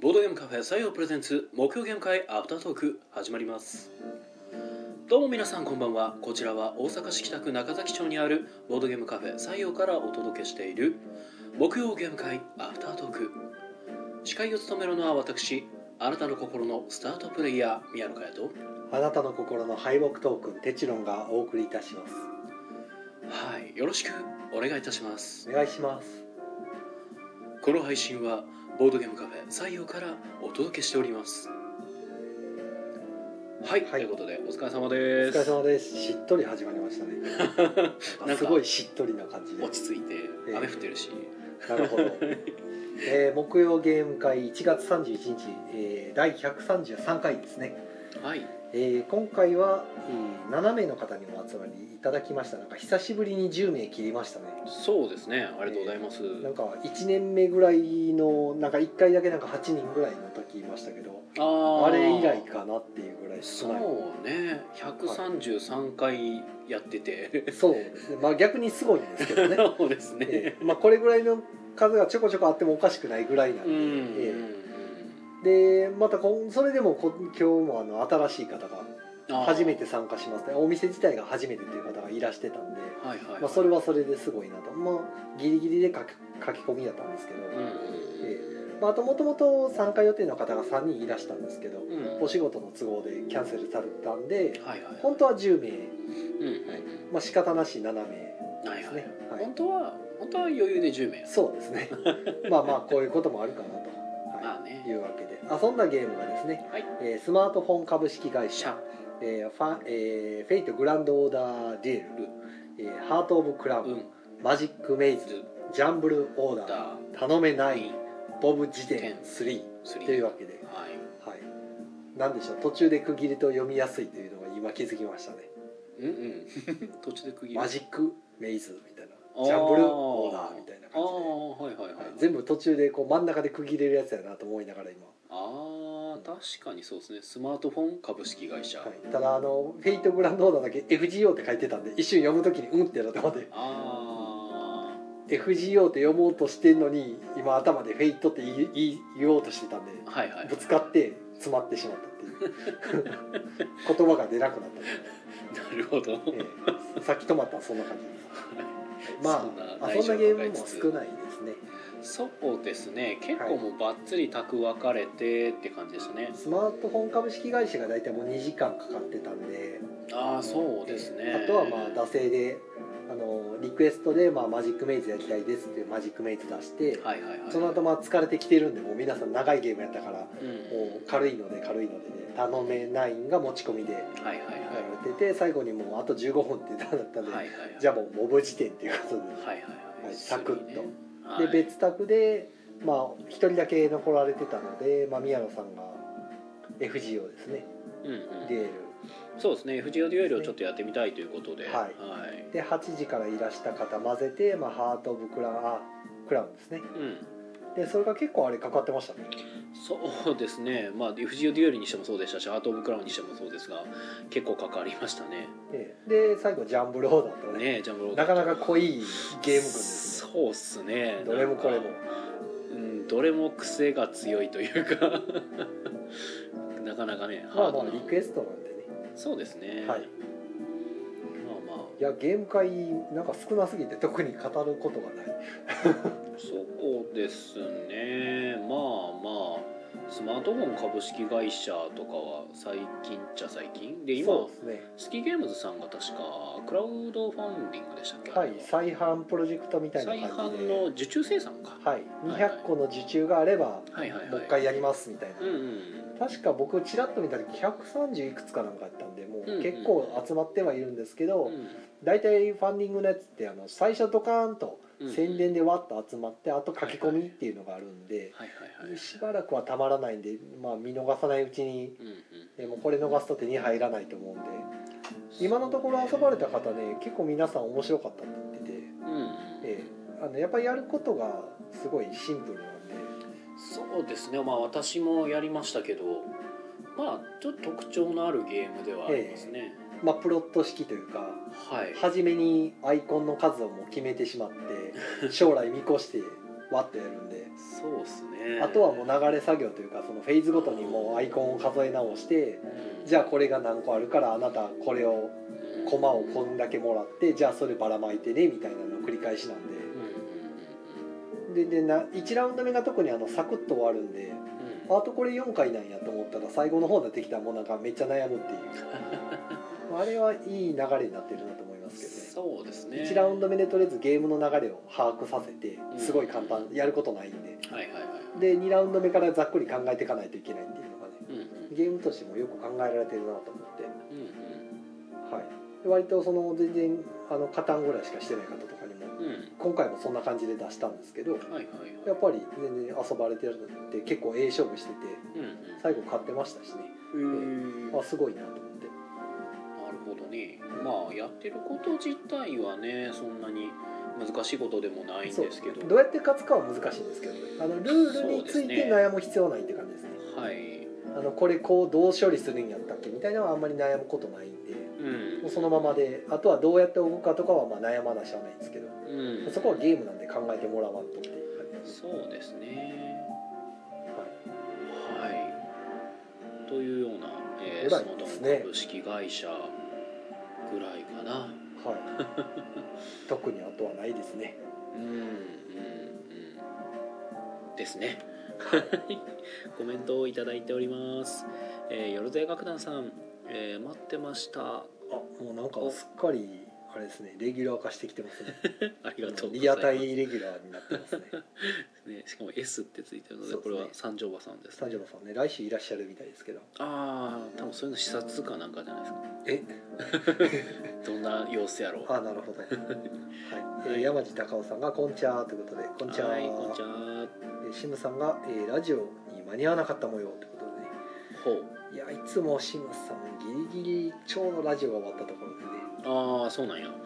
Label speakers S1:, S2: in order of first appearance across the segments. S1: ボードゲームカフェ採用プレゼンツ目標ゲーム会アフタートーク始まりますどうも皆さんこんばんはこちらは大阪市北区中崎町にあるボードゲームカフェ採用からお届けしている木曜ゲーム会アフタートーク司会を務めるのは私あなたの心のスタートプレイヤー宮野佳代と
S2: あなたの心の敗北トークンテチロンがお送りいたします
S1: はいよろしくお願いいたします
S2: お願いします
S1: この配信はボードゲームカフェ採用からお届けしておりますはい、
S2: はい
S1: ということでお疲れ様
S2: お
S1: で
S2: 疲れ
S1: す
S2: 様ですしっとり始まり ましたね
S1: なんか
S2: すごいしっとりな感じで
S1: 落ち着いて
S2: ええ
S1: 雨降ってるし、
S2: なるほど、えー木曜ゲーム会1月31日、えー第133回ですね、
S1: はい
S2: えー今回は、え7名の方にお集まりいただきましたなんか久しぶりに10名切りましたね
S1: そうですねありがとうございます、
S2: なんか1年目ぐらいのなんか1回だけなんか8人ぐらいの時いましたけど
S1: あー
S2: あれ以来かなっていうぐらい少
S1: そ
S2: ないう
S1: ね133回やってて、
S2: そうですね、まあ、逆にすごいんですけどね、
S1: そうですね、
S2: ええまあ、これぐらいの数がちょこちょこあってもおかしくないぐらいなん
S1: う
S2: で、
S1: ん
S2: ええでまたこんそれでもこ今日もあの新しい方が
S1: うんうん
S2: 初めて参加しますねお店自体が初めてという方がいらしてたんで、
S1: あーはいはい、はい
S2: まあ、それはそれですごいなと、まあ、ギリギリで書き書き込みだったんですけ
S1: う
S2: ど、
S1: ん
S2: まあ、あともともと参加予定の方が3人いらしたんですけど
S1: うんうん
S2: お仕事の都合でキャンセルされたんで
S1: はいはい
S2: 本当は10名、
S1: うんうん
S2: まあ仕方なし7名
S1: はい
S2: です
S1: はい
S2: ね、はい
S1: 本当は本当は余裕で10名
S2: そうで すねまあまあこういうこともあるかなと、
S1: まあ
S2: は
S1: ね
S2: い、いうわけで遊んだゲームがですね、
S1: はい
S2: えースマートフォン株式会
S1: シ
S2: 社
S1: ャ、
S2: えーファえーフェイトグランドオーダーデュエル、えーハート・オブ・クラ
S1: う
S2: ブ、
S1: ん
S2: マジック・メイズ
S1: ず
S2: ジャンブル・オーダー
S1: だ
S2: 頼めな
S1: はい
S2: ボブ・辞典
S1: 点
S2: 3
S1: スリ
S2: という
S1: ー
S2: わけで、
S1: はい
S2: はい、なんでしょう途中で区切りと読みやすいというのが今気づきましたね
S1: うん うん途中で区切る
S2: マジック・メイズみたいなジャンブル・オーダーみたいな
S1: あ
S2: 感じで。
S1: あはいはいは
S2: はいい、全部途中でこう真ん中で区切れるやつやなと思いながら今、
S1: ああ確かにそうですねスマートフォン株式会社、
S2: はい、ただあのフェイトグランドオーダーだけ FGO って書いてたんで一瞬読む時にうんってなったまで
S1: あ
S2: FGO って読もうとしてんのに今頭でフェイトって言い言い言おうとしてたんで
S1: あはいはい
S2: ぶつかって詰まってしまったっていう 言葉が出なくなった
S1: なるほど、
S2: という、ええさっき止まったらそんな感じですま
S1: そんな
S2: あ
S1: 内
S2: 遊ん
S1: 情
S2: だ
S1: を
S2: ゲー
S1: 抱
S2: ム
S1: え
S2: も
S1: つつ
S2: 少ないですね
S1: そうですね結構もうバッツリ宅分かれてって感じですね、
S2: スマートフォン株式会社が大体もう2時間かかってたんで
S1: ああそうですね、
S2: あとはまあ惰性であのリクエストで、まあ、マジックメイズやりたいですっていうマジックメイズ出して、
S1: はいはいはい
S2: その後まあ疲れてきてるんでもう皆さん長いゲームやったからも
S1: うん
S2: う軽いので軽いので、ね、頼めないんが持ち込みでや
S1: はいはいはい
S2: られてて最後にもうあと15分ってなったんで、
S1: はいはいはい
S2: じゃあもうモブ辞典っていうことで,、
S1: はいはいはい、
S2: はいサクッと
S1: はい、
S2: で別宅でまあ1人だけ残られてたので、まあ、宮野さんが FGO ですね
S1: うんうん
S2: デュエル
S1: そうですね FGO デュエルをちょっとやってみたいということで、
S2: はい
S1: い
S2: で8時からいらした方混ぜて、まあ、ハート・オブ・クラウンあクラウンですね
S1: うん、
S2: でそれが結構あれかかってましたね
S1: そうですねまあ FGO デュエルにしてもそうでしたしアート・オブ・クラウンにしてもそうですが結構かかりましたね
S2: ええで最後ジャンブルオーダーとね
S1: ねえジャンボロ
S2: なかなか濃いゲーム群ですね
S1: そうっすね
S2: どれもこれも
S1: なんかうんどれも癖が強いというか なかなかね
S2: ま
S1: ハ
S2: あ
S1: ード
S2: まあ
S1: な
S2: リクエストなんでね
S1: そうですね
S2: は
S1: まあ
S2: い
S1: まあ
S2: いやゲーム会なんか少なすぎて特に語ることがない
S1: そうですねまあまあスマートフォン株式会社とかは最近っちゃ最近で今
S2: そうですね
S1: スキーゲームズさんが確かクラウドファンディングでしたっけ、
S2: はい再販プロジェクトみたい
S1: 再
S2: な感じ
S1: 販
S2: で
S1: の受注生産か、
S2: はい
S1: はいはい
S2: 200個の受注があれば
S1: はい、はいはい
S2: もう一回やりますみたいな、
S1: うん
S2: 確か僕ちらっと見た時130いくつかなんかやったんでも
S1: んうん
S2: う結構集まってはいるんですけど、
S1: うん
S2: 大体ファンディングのやつってあの最初ドカーンと
S1: うん
S2: 宣伝でわっと集まってあと書き込みっていうのがあるんで
S1: はいはいはい
S2: しばらくはたまらないんで、まあ、見逃さないうちに
S1: うんうん
S2: えもうこれ逃すと手に入らないと思うんで今のところ遊ばれた方ね結構皆さん面白かったって言ってて、
S1: うんうん
S2: ええあのやっぱりやることがすごいシンプルなんで
S1: そうですねまあ私もやりましたけどまあちょっと特徴のあるゲームではありますね、
S2: まあプロット式というか
S1: はい
S2: 初めにアイコンの数をもう決めてしまって将来見越してわっとやるんで
S1: そうっすね
S2: あとはもう流れ作業というかそのフェーズごとにもうアイコンを数え直してじゃあこれが何個あるからあなたこれを
S1: うん
S2: コマをこんだけもらってじゃあそればらまいてねみたいなの繰り返しなん
S1: うんうんうん
S2: でででな1ラウンド目が特にあのサクッと終わるんで
S1: うん
S2: あとこれ4回なんやと思ったら最後の方になってきたらもうなんかめっちゃ悩むっていうあれはいい流れになってるなと思いますけどね
S1: そうですね
S2: 1ラウンド目でとりあえずゲームの流れを把握させてすごい簡単やることないんで
S1: はいはいはい
S2: で2ラウンド目からざっくり考えていかないといけないっていうのがね
S1: うんうん
S2: ゲームとしてもよく考えられてるなと思って、
S1: うん
S2: はい、で割とその全然あのカタンぐらいしかしてない方とかにも
S1: うんうん
S2: 今回もそんな感じで出したんですけど
S1: はいはいはい
S2: やっぱり全然遊ばれてるのって結構ええ勝負してて
S1: うんうん
S2: 最後勝ってましたしね
S1: うん
S2: あすごいなと思って
S1: なるほどねまあやってること自体はねそんなに難しいことでもないんですけど
S2: そうどうやって勝つかは難しいんですけどねあのルールについて悩む必要はないって感じですね
S1: はい
S2: あのこれこうどう処理するんやったっけみたいなのはあんまり悩むことないんで
S1: うん
S2: もうそのままであとはどうやって動くかとかはまあ悩まなしゃあないんですけど
S1: うん
S2: そこはゲームなんで考えてもらわんとっていう感じです
S1: そうですね
S2: はい
S1: はいというような、えー、
S2: ぐら
S1: ス
S2: い
S1: ノド
S2: です
S1: ン
S2: ね
S1: 株式会社ぐらいかな
S2: はい特にあとはないですね
S1: うんうんうんですねコメントをいただいております、えー、よろずや楽団さん、えー、待ってました
S2: あもうなんかすっかりあれですねレギュラー化してきてますね
S1: ありがとうござい
S2: リ
S1: ま
S2: ア
S1: す
S2: タイレギュラーになってますね
S1: ね、しかも S ってついてるので
S2: そうです
S1: こ
S2: ね
S1: れは三条馬さんです、
S2: 三条さんね来週いらっしゃるみたいですけど
S1: ああ多分そういうの視察かなんかじゃないですか
S2: え
S1: どんな様子やろう
S2: あなるほど、ねはいえー山地隆夫さんが「こんちゃー」ということで「こんちゃ
S1: は
S2: ー」
S1: いこんちゃー
S2: えーシムさんが、えーラジオに間に合わなかった模様ということでね
S1: ほう
S2: いやいつもシムさんギリギリちょうどラジオが終わったところでね
S1: ああそうなんや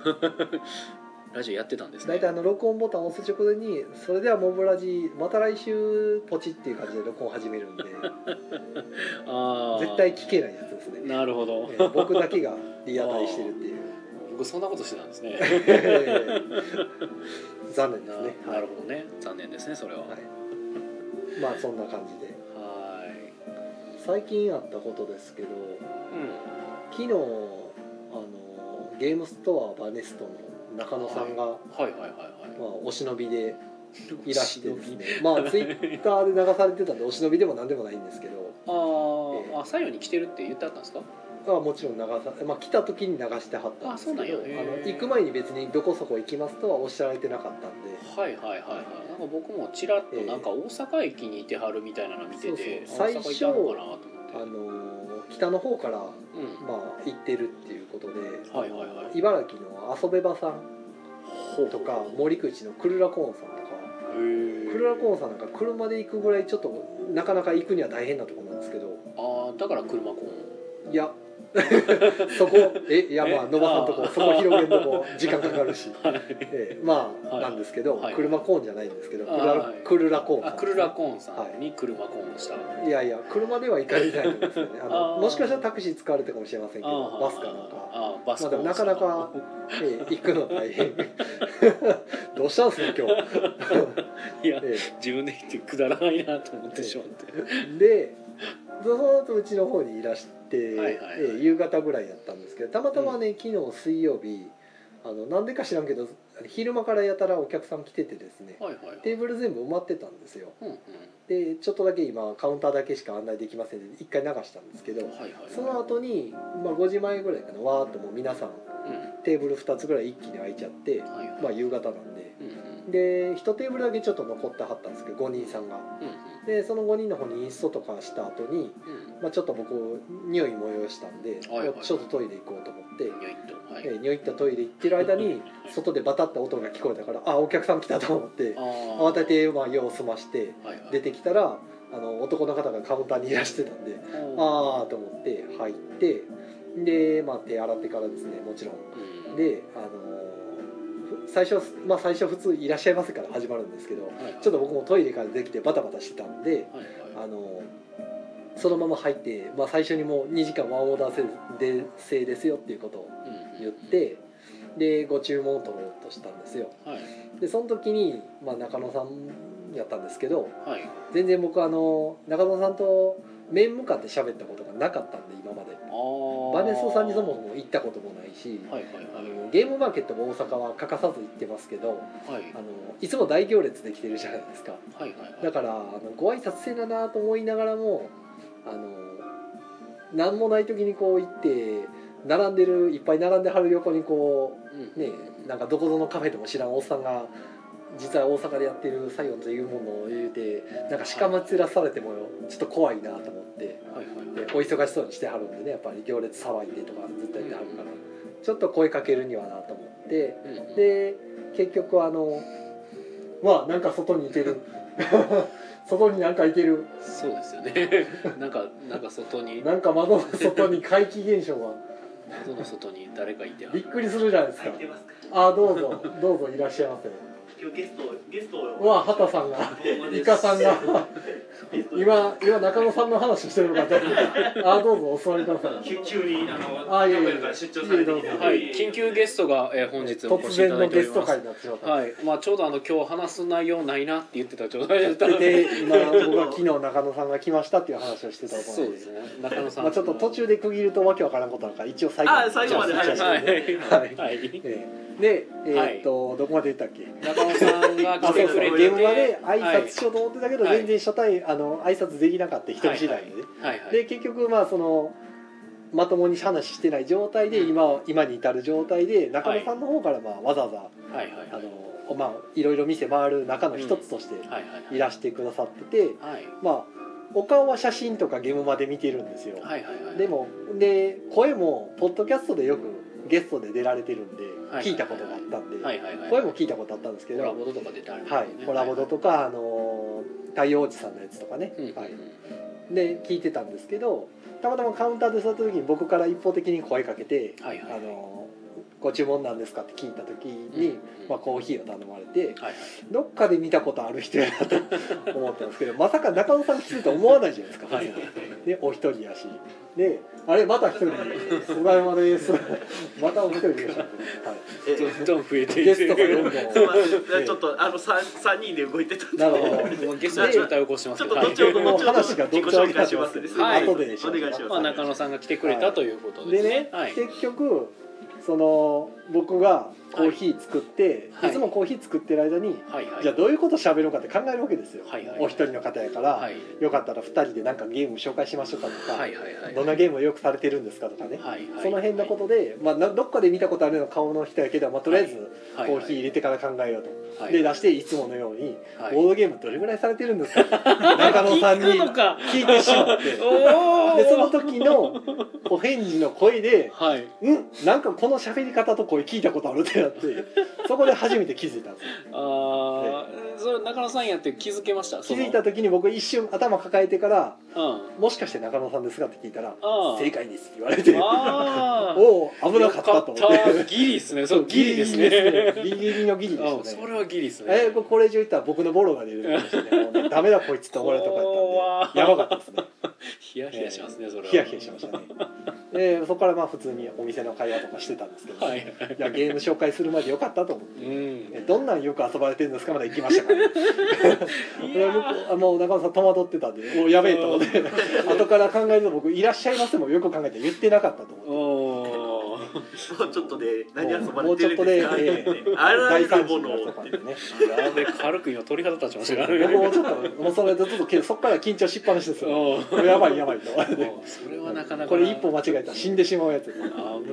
S1: ラジオやってたんですね
S2: 大体あの録音ボタンを押す直前に「それではモブラジまた来週ポチ」っていう感じで録音始めるんで
S1: あー
S2: 絶対聞けないやつですね、
S1: なるほ
S2: え
S1: ど
S2: ー僕だけがリアタイして るっていう
S1: 僕そんなことしてたんです ね
S2: 残念で
S1: な
S2: すね
S1: なるほどね残念ですねそれはは
S2: はいい、まあそんな感じで最近あったことですけど
S1: うん
S2: 昨日あのゲームストアバネストの中野さんが、
S1: はいはいはいは
S2: まあ、お忍びでいらして
S1: お
S2: です
S1: 忍び
S2: ねまあ ツイッターで流されてたんでお忍びでも何でもないんですけど
S1: あー、
S2: ええ
S1: あ最後に来てるって言ってあったんですか
S2: まあもちろん流さ、まあ、来た時に流してはったんです
S1: あそ
S2: けど
S1: うなんや
S2: あの
S1: へえ
S2: 行く前に別にどこそこ行きますとはおっしゃられてなかったんで。
S1: はいはいはいはいなんか僕もちらっと
S2: ええ
S1: なんか大阪駅にいてはるみたいなの見てて、
S2: そうそう
S1: 大阪いたのかなと思って
S2: あのー北の方から、ま
S1: うん
S2: あ、行ってるっていうことで、
S1: はいはいはい
S2: 茨城の遊べ場さん
S1: ほう
S2: とか森口のクルラコーンさんとかクルラコーンさんなんか車で行くぐらいちょっとなかなか行くには大変なところなんですけど
S1: ああだから車コーン
S2: い やそこえいやまあ
S1: え
S2: 野場さんと
S1: あ
S2: こ
S1: ー
S2: そこ広げんとこ時間かかるし、
S1: はい
S2: ええまあ、
S1: はい
S2: なんですけど、
S1: はい
S2: 車コーンじゃないんですけどク
S1: あー
S2: ルラ
S1: はい
S2: クルラコーンさ
S1: あ
S2: ん
S1: クルラコーンさ
S2: はい
S1: んに車コーンをした、
S2: いやいや車では行かれないんですよねあの
S1: あー
S2: もしかしたらタクシー使われたかもしれませんけ
S1: あ
S2: ど
S1: ー
S2: バスかなんか、
S1: あーバス
S2: まあ、
S1: コ
S2: で
S1: ー
S2: も
S1: ン
S2: なかなか、ええ行くの大 変どうしたんす ね今日、
S1: いや
S2: え
S1: 自分で言ってくだらないなと思ってしまって
S2: えでその後うちの方にいらして、
S1: はいはいはい
S2: ええ夕方ぐらいやったんですけどたまたまね、昨日水曜日あのなんでか知らんけど昼間からやたらお客さん来ててですね
S1: はいはいはい
S2: テーブル全部埋まってたんですよ
S1: うんうん
S2: でちょっとだけ今カウンターだけしか案内できませんで一回流したんですけど
S1: はいはいはい
S2: その後に、まあ、5時前ぐらいかなわーっともう皆さん
S1: うん
S2: テーブル2つぐらい一気に空いちゃって、
S1: はいはい
S2: まあ、夕方なんで
S1: うんうん
S2: で1テーブルだけちょっと残ってはったんですけど5人さんが
S1: うん
S2: でその5人の方にインストとかした後に、
S1: うん
S2: まあ、ちょっと僕匂い催したんで、
S1: はいはい
S2: ちょっとトイレ行こうと思って、
S1: うんよいっとはい
S2: えー匂いったトイレ行ってる間に外でバタッと音が聞こえたからあお客さん来たと思って
S1: あー
S2: 慌てて、まあ、用を済まして
S1: はいはい
S2: 出てきたらあの男の方がカウンターにいらしてたんで
S1: あ
S2: ああと思って入ってで、まあ、手洗ってからですねもちろん
S1: うん
S2: で、あのーふ最初、まあ、最初普通「いらっしゃいませ」から始まるんですけど
S1: はいはい
S2: ちょっと僕もトイレからできてバタバタしてたんで、
S1: はいは
S2: あのーそのまま入って、まあ、最初にもう2時間ワンオーダー制で制ですよっていうことを
S1: いうんうん
S2: 言ってでご注文を取ろうとしたんですよ
S1: はい
S2: でその時に、まあ、中野さんやったんですけど
S1: はい
S2: 全然僕あの中野さんと面向かって喋ったことがなかったんで今まで
S1: あー
S2: バネソさんにそもそも行ったこともないし、
S1: はいはい
S2: あ
S1: はい
S2: のゲームマーケットも大阪は欠かさず行ってますけど
S1: はい
S2: あのいつも大行列できてるじゃないですか
S1: はいはい
S2: だ
S1: はい
S2: からあのご挨拶せななと思いながらもあの何もない時にこう行って並んでるいっぱい並んではる横にこ
S1: うん
S2: うねなんかどこぞのカフェでも知らんおっさんが実は大阪でやってる西ンというものを言うてなんかしかまつらされてもちょっと怖いなと思って。
S1: はいはいはい
S2: でお忙しそうにしてはるんでねやっぱり行列騒いでとかずっとやってはるから、ちょっと声かけるにはなと思って
S1: うんうん
S2: で結局あのまあなんか外にいてる 外になんかいてる
S1: そうですよね なんかなんか外に
S2: なんか窓の外に怪奇現象が
S1: 窓の外に誰かいては
S2: びっ
S1: る
S2: くりするじゃないです
S3: 入
S2: か
S3: ってますか。
S2: ああどうぞどうぞいらっしゃいませ
S3: 今日ゲストをゲストを。
S2: うわ畑さんがイカさんが今今中野さんの話してるのかと思ったああどうぞお座りください
S3: 急急にあの
S2: あいえいえ
S3: キャンベルから出張されてきたので
S1: はい緊急ゲストが、えー本日お越
S2: 突
S1: しい
S2: 然
S1: ただ
S2: の
S1: いており
S2: ゲスト
S1: ます
S2: 会になってしまった
S1: はいまあちょうどあの今日話す内容ないなって言ってた状態だった ので
S2: で今僕は昨日中野さんが来ましたっていう話をしてたと思
S1: そううんで
S2: です
S1: すね中野さん
S2: まあ、ちょっと途中で区切るとわけわからんことだから一応最後
S3: あ最後まで
S1: はい
S2: じゃあ
S1: は
S2: はいい
S1: はい、はい、
S2: ええで、え
S1: はい
S2: ーっとどこまで言ったっけ
S1: 中野さんが
S2: あそ
S1: 来
S2: う
S1: て
S2: そう
S1: くれてて
S2: ゲームまで挨
S1: はい
S2: 拶しようと思ってたけど、
S1: はい
S2: 全然初対あの挨拶できなかった人見知りなんでね、
S1: はいはい
S2: で結局まあそのまともに話してない状態で
S1: うん
S2: 今,、今に至る状態で中野さんの方からまあわざわざ、
S1: はいはい
S2: あ
S1: はい
S2: のまあいろいろ店回る中の一つとして
S1: はいはい
S2: いらしてくださってて、
S1: はい
S2: まあお顔は写真とかゲームまで見てるんですよ、
S1: はいはいはい
S2: でもで声もポッドキャストでよくゲストで出られてるんで、
S1: はい
S2: 聞いたことがあったんで、
S1: はいはいはい
S2: 声も聞いたことあったんですけど、
S1: コ
S2: は
S1: ラボ
S2: い
S1: ドとか出てある
S2: コラボドとか、あのー太陽王子さんのやつとかね、
S1: うんうん
S2: は
S1: うん
S2: い、で聞いてたんですけどたまたまカウンターで座った時に僕から一方的に声かけて
S1: はい
S2: 「
S1: はい
S2: あのーご注文なんですか?」って聞いた時に、
S1: うんうん
S2: まあ、コーヒーを頼まれて
S1: はいはい
S2: どっかで見たことある人やなと思ったんですけどまさか中野さん来てると思わないじゃないですか
S1: はい
S2: 普通でお一人やしであれまた一人お疲れ様です またお一人でした、は
S3: え
S1: どんどん増えて
S2: い、
S1: い
S2: ゲ
S1: っ
S2: ストが
S1: て
S2: どん
S1: る
S2: どん
S3: す いませんちょっとあの三三人で動いてたんで。
S2: なるほ
S1: もうゲストの状態を起こしてます
S3: ちょ
S1: けどはい
S3: っと後ほど
S2: も
S3: 後
S2: う
S3: ほど
S2: 話
S3: 自
S2: が
S3: 己
S2: どっちゃ
S3: 紹
S2: にな
S3: 介
S2: っ
S3: してま
S2: ますす
S3: ね。すい
S1: はい
S2: 後ででしょ
S3: お願いし
S1: まあ
S3: ます。
S1: 中野さんが来てくれたということで
S2: です
S1: ね
S2: ね、
S1: はい
S2: 結局その僕がコーヒー作って、
S1: はい
S2: い、つもコーヒー作ってる間に、
S1: はいはい
S2: じゃあどういうこと喋ろうかって考えるわけですよ、
S1: はいはい
S2: お一人の方やから、
S1: はい
S2: よかったら2人でなんかゲーム紹介しましょうかとか、
S1: はいはいはい
S2: どんなゲームをよくされてるんですかとかね、
S1: はいはい
S2: その辺のことで、まあ、などっかで見たことあるような顔の人やけど、まあ、とりあえず
S1: はい
S2: コーヒー入れてから考えようと、
S1: はい
S2: で出していつものように、
S1: はい
S2: ボードゲームどれぐらいされてるんですかって中野さんに
S1: 聞くのか
S2: 聞いてしまって
S1: お
S2: でその
S1: お
S2: 時のお返事の声で
S1: はい
S2: 「うんなんかこの喋り方と声聞いたことある」ってなってそこで初めて気づいたんですよ
S1: あーそれ中野さんやって気づけました
S2: 気
S1: その
S2: づいた時に僕一瞬頭抱えてから
S1: うん
S2: 「もしかして中野さんですか?」って聞いたら
S1: あ
S2: 「
S1: ー
S2: 正解です」って言われて
S1: あー
S2: おお危なかったと思っ
S1: よかった
S2: て
S1: ギリですねそうギリですね
S2: ギリギリのギリで
S1: あ
S2: した
S1: そ
S2: ね
S1: れはギリですね
S2: えーこれ以上言ったら僕のボロが出るかもしれないもうねダメだこいつって思われるとこやったんでやばかったですね
S1: ヒヤヒヤしますねそれは
S2: ヒヤヒヤしましたねでそこからまあ普通にお店の会話とかしてたんですけど、
S1: はい
S2: いやゲーム紹介するまでよかったと思って
S1: う。ん
S2: えどんなんよく遊ばれてるんですかまだ行きましたから、ね、
S1: い
S2: それは
S1: や
S2: 向こうあもう中野さん戸惑ってたん でもうやべえと思って後から考えると僕「いらっしゃいませ」もよく考えて言ってなかったと思って
S1: おー
S3: もうちょっとで何遊
S2: も
S3: ばれ
S2: うち
S3: て
S2: ょっ
S3: る
S2: と
S3: ん
S2: で、
S3: で
S2: え
S3: すか。
S2: ー、
S3: あらゆ
S2: 第
S3: る
S2: 三
S3: も
S2: 次
S3: の
S2: の
S3: を
S2: やつとかでね
S1: やべ軽く今鳥肌立ちましたから
S2: 僕も
S1: ね
S2: ちょっともうそれでちょっとけどそこから緊張しっぱなしですよ
S1: おー
S2: もうやばいやばい と
S1: おーそれはなかなか
S2: これ一歩間違えたら死んでしまうやつ危
S1: 危ね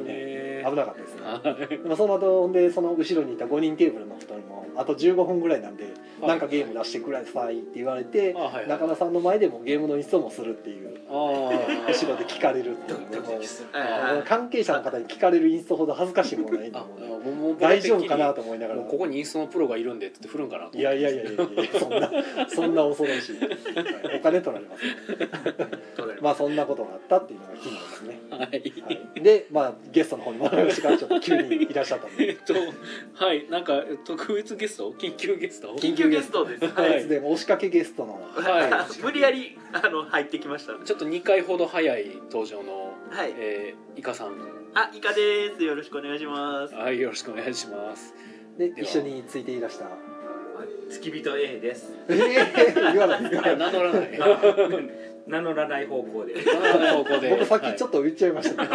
S1: え
S2: なかったですね
S1: はい
S2: まあ、その後でその後ろにいた5人テーブルの人にもあと15分ぐらいなんで
S1: はい
S2: なんかゲーム出してくださいって言われて
S1: あはい
S2: 中田さんの前でもゲームの質問をするっていう
S1: あー
S2: 後ろで聞かれるっていうもうあの
S3: は
S2: 関係者の方に聞かれるインストほど恥ずかしいものないんで
S1: あ
S2: もうね
S1: もうもう
S2: 大丈夫かなと思いながら
S1: もうここにインストのプロがいるんでって言って振るんかなと
S2: いやいやいやいやいやそんなそんな恐ろしいはいお金取られますよ
S3: 取られ
S2: まあそんなことがあったっていうのが昨日ですね、
S1: はい
S2: はい、でまあゲストの方にも私がちょっと急にいらっしゃったん
S1: え
S2: で
S1: っとはいなんか特別ゲスト緊急ゲスト
S3: い。緊急ゲストです。
S1: は
S3: はいい。
S2: あいつでも押しかけゲストの
S1: は
S3: 無理やりあの入ってきました。
S1: ちょっと2回ほど早い登場の、
S3: はい。
S1: えー、イカさん
S3: あ、イカです。よろしくお願いします。
S1: はいよろしくお願いします
S2: で一緒についていらした
S4: 付き人 A です
S2: ええ言わない言わ
S1: 名
S2: ない
S1: 乗らない
S4: 名乗らない方向で
S1: 名乗らない方向で
S2: 僕さっきちょっと言っちゃいましたね、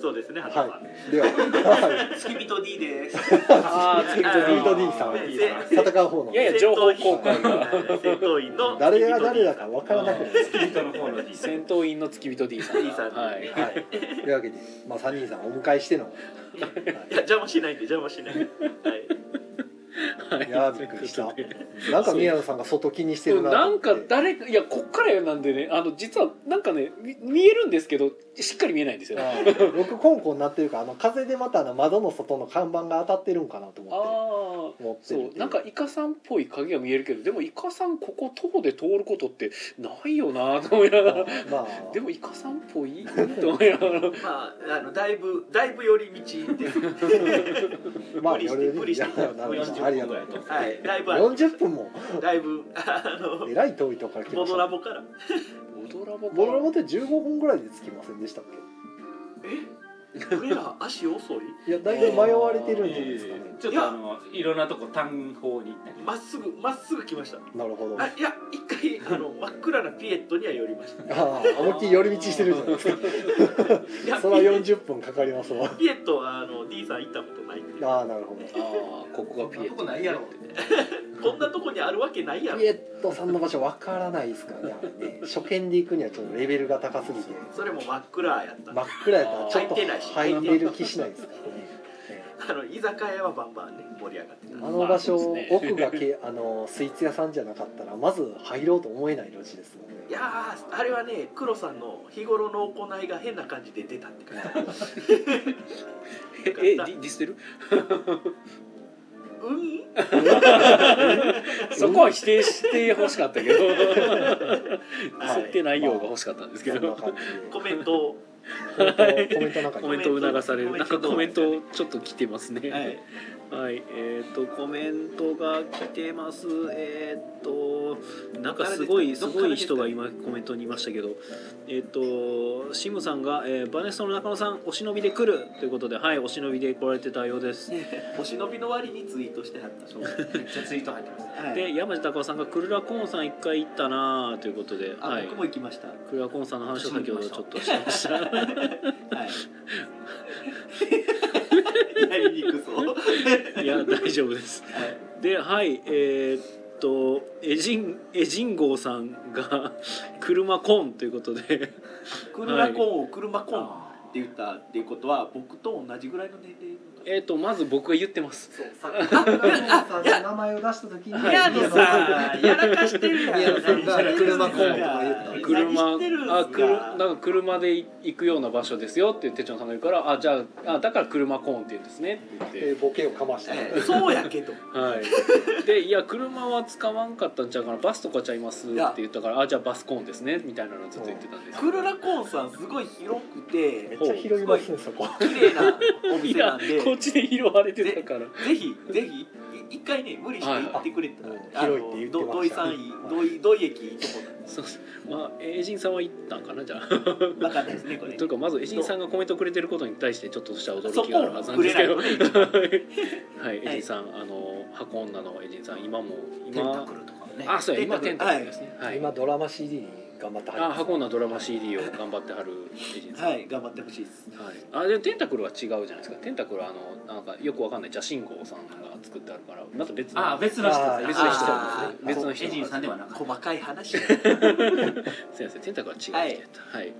S3: そうですね、は
S2: はでは、は
S3: 付き人 D です。
S1: あー付き人 D
S2: い、リード D さん
S3: いや
S2: 戦う方の
S1: いやいや情報交換が
S3: 戦闘員の
S2: 誰が誰だか分からなくなる
S4: 付き人の方の D
S1: 戦闘員の付き人 D さん
S3: D さん
S1: はい
S3: ね
S2: はい、というわけで、まあ、3人さんをお迎えしての、はい
S3: や邪魔しないんで邪魔しない。はい。
S1: はい
S2: い、いやーびっくりした
S1: というこ
S2: なんか宮野さんが外気にしてる
S1: とで
S2: な
S1: なん
S2: と
S1: か
S2: 思って
S1: 誰かいやこっからなんでねあの実はなんかねみ見えるんですけどしっかり見えないんですよあ
S2: 僕コンコンなってるからあの風でまたあの窓の外の看板が当たってるんかなと
S1: あ
S2: 思っ
S1: ー
S2: て思ってる
S1: そ
S2: って
S1: う
S2: い
S1: なんかイカさんっぽい影が見えるけどでもイカさんここ徒歩で通ることってないよなと思いな
S2: ま
S1: が
S2: あ
S1: ら
S2: まあ
S1: でもイカさんっぽい と思いながら
S3: まああのだいぶだいぶ寄り道です。
S2: まあ
S3: 無理して
S2: 夜
S3: 無理して
S2: いやなるほどありが
S4: 40分ぐ
S2: とう
S4: らいと
S3: はい。だいぶ
S2: 40分も
S3: だいぶあの
S2: えらい遠いとこから来
S3: ボ
S2: まし
S3: ドラ
S2: た
S3: ボから。
S1: ボドラボ
S2: ボロラボって15分ぐらいで着きませんでしたっ
S3: え？俺ら足遅い？
S2: けいやだいぶ迷われてるんじゃないですかね
S4: ちょっとあのいろんなとこ単方に行ったり
S3: まっすぐまっすぐ来ました。
S2: なるほど
S3: あ
S2: あ
S3: いや一回 あの真っ暗なピエットには寄りました。
S2: あ思いっきり寄り道してるじゃないですか
S3: いや
S2: それは40分かかりますわ
S3: ピエットはあの D さん行ったことないんで
S2: ああなるほど
S1: ああここがピエ
S4: こないやろ
S3: こんなとこにあるわけないやろ
S2: ピエットさんの場所わからないですからねあれね初見で行くにはちょっとレベルが高すぎて
S3: それも真っ暗やった、
S2: 真っ暗やったらちょっと
S3: 入ってないし
S2: 入ってる気しないですからね
S3: あの居酒屋はバンバンね盛り上がってた
S2: あの場所、
S1: まあそうですね
S2: 奥がけあのスイーツ屋さんじゃなかったらまず入ろうと思えない路地ですもんね
S3: いやーあれはね黒さんの日頃の行いが変な感じで出たって感
S1: ええディディスってる
S3: じうん
S1: そこは否定してほしかったけど 吸ってないようが欲しかったんですけ
S2: そんな
S1: ど
S2: 感じ
S3: コメントを
S2: でコメントコメントなんか
S1: コメントを促されるなんかコメントちょっと来てますね
S3: はい
S1: はい、えっ、と、コメントが来てます。えっ、と、なんかすごい、す
S3: どっからですか
S1: ごい人が今コメントにいましたけど。えっ、と、シムさんが、えーバネストの中野さん、お忍びで来るということで、はい、お忍びで来られてたようです。
S3: お忍びの割にツイートしてはったそう
S4: めっちゃツイート入ってますね
S3: はい
S1: で、山地孝夫さんが、クルラコーンさん一回行ったなあということで、
S3: あ、
S1: はい。
S3: 僕も行きましたは
S1: クルラコーンさんの話を先ほどちょっとしました。
S3: い やりにくそう
S1: いや、大丈夫です。で、はい、えーっと、エジン、エジンゴーさんが。車コンということで。
S3: 車コンを車コンって言ったっていうことは僕と同じぐらいの年齢の
S1: えーっと、まず僕が言ってます。
S2: さんの名前を出した時に
S1: いや
S3: 宮野さんやらかしてるやん
S2: 宮野さんが車コンとか言った
S1: 車
S3: 何してるんす
S1: あくるなん
S3: か
S1: か車で行くような場所ですよって手帳さんが言うからあじゃああだから車コーンって言うんですねって言って、
S2: ボケをかました、
S3: ええそうやけど
S1: はい、でいや車は使わんかったんちゃうかなバスとかちゃいますって言ったからあじゃあバスコーンですねみたいなのをずっと言ってたんです
S3: クルラコーンさんすごい広く
S2: め
S3: て
S2: っちゃ広いますねそこ
S3: 綺麗なお
S1: い
S3: 店な
S1: や
S3: んで
S1: こっちで拾われてたから
S3: ぜひぜひい一回ね無理して行ってくれたら、
S2: はい
S3: あの
S2: 広いって言ってました
S3: ど土井さん土井土井駅いいとこ
S1: そうまあエジンさんは行ったんかなじゃあ
S3: だわかんないですねこれ
S1: というかまずエジンさんがコメントくれてることに対してちょっとした
S3: そ
S1: 驚
S3: こ
S1: きがあるはずなんですけど
S3: 触れないよね
S1: はい、エジンさん、あの箱女のエジンさん、今も
S3: テンタ
S1: 今
S3: クルとかね
S1: あ、そうや、今テンタクルですすね。はい。
S2: 今ドラマ CD に頑張って入って
S1: あ、
S2: ます
S1: 箱女ドラマ CD を頑張ってはるエジンさん。
S3: は、
S1: はいい。
S3: はい、頑張ってほしいです
S1: あ、でもテンタクルは違うじゃないですか。テンタクルはあのなんかよくわかんない邪神号さんが作ってあるから、また別の
S4: あ別の人
S2: あー
S1: 別
S3: の人
S2: あー
S1: 別の人
S4: エジンさんではなかった
S3: 細かい話や
S1: 先生テンタクルは違う人やった。はい。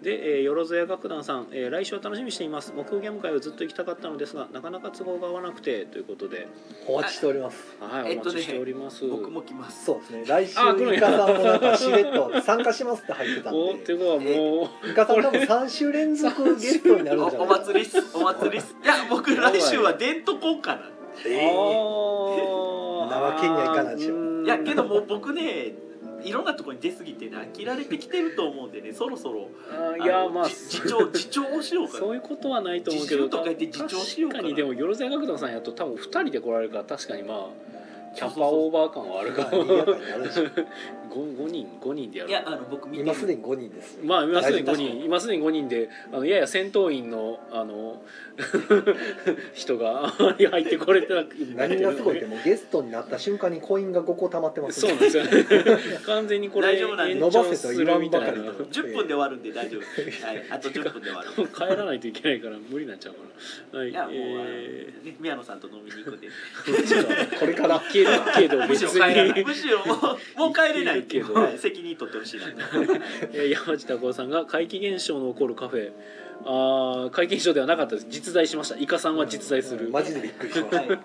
S1: で、えー、よろずや楽団さん、えー来週は楽しみにしています。目標ゲーム会をずっと行きたかったのですが、なかなか都合が合わなくてということで、
S2: お待ちしております
S1: はい、
S3: え
S1: お
S3: っと
S1: 待
S3: ね
S1: ちしております。
S3: 僕も来ます
S2: そうですね来週
S1: あ来るんや
S2: イカさんもなんかしれっと参加しますって入ってたん
S1: お、って
S2: で
S1: ことはもう。
S2: イカさん多分3週連続ゲストにな
S3: お
S2: るんじゃない
S3: お祭りっすお祭りっすいや僕来週はデントコンかな
S1: あー
S2: なわけにはいかないでしょ
S1: うん
S3: いやけどもう僕ねいろんなとこに出過ぎてね飽きられてきてると思うんでねそろそろ
S1: あーいや
S3: あの
S1: まあ
S3: じ自重自重をしようかな
S1: そういうことはないと思うけど
S3: 自重とか言って自重しようかな
S1: 確かにでもよろずや楽団さんやと多分2人で来られるから確かにまあキャパオーバー感はあるか
S2: 賑
S1: ら
S2: やかになるでしょ
S1: 5, 人5人でや
S3: い
S1: る
S3: やあの僕見て
S2: 今すでに5人ですよ
S1: まあ今すでに5
S2: 確か
S1: 人今すでに5人であのやや戦闘員のあの 人があまり入ってこれてなくなって
S2: 何
S1: る
S2: がすごいってもうゲストになった瞬間にコインが5個溜まってます
S1: そうなんですよね完全にこれ
S3: 大丈夫なんで
S1: 延
S2: 伸
S1: 長
S2: ばせと
S1: す
S2: 言
S1: る
S2: わ
S1: み
S2: ん
S1: た
S2: ば
S1: い
S2: か
S1: な
S2: りの
S3: 10分で終わるんで大丈夫 です、はい、あと10分で終わる
S1: 帰らないといけないから無理なんちゃうかなはい
S3: いやもう、
S1: え
S3: あのね、宮野さんと飲みに行 くんで
S2: これから
S1: ー、けどけど
S4: む
S1: 別
S4: しろ帰ら ない
S1: に
S3: むしろもうもう帰れないって
S1: いうけ
S3: い
S1: るけど
S3: はい責任取ってほしいなと
S1: えー山地拓夫さんが怪奇現象の起こるカフェあー怪奇現象ではなかったです実在しましたイカさんは実在する、
S2: うんマジでびっくりしました、
S3: はい
S2: ね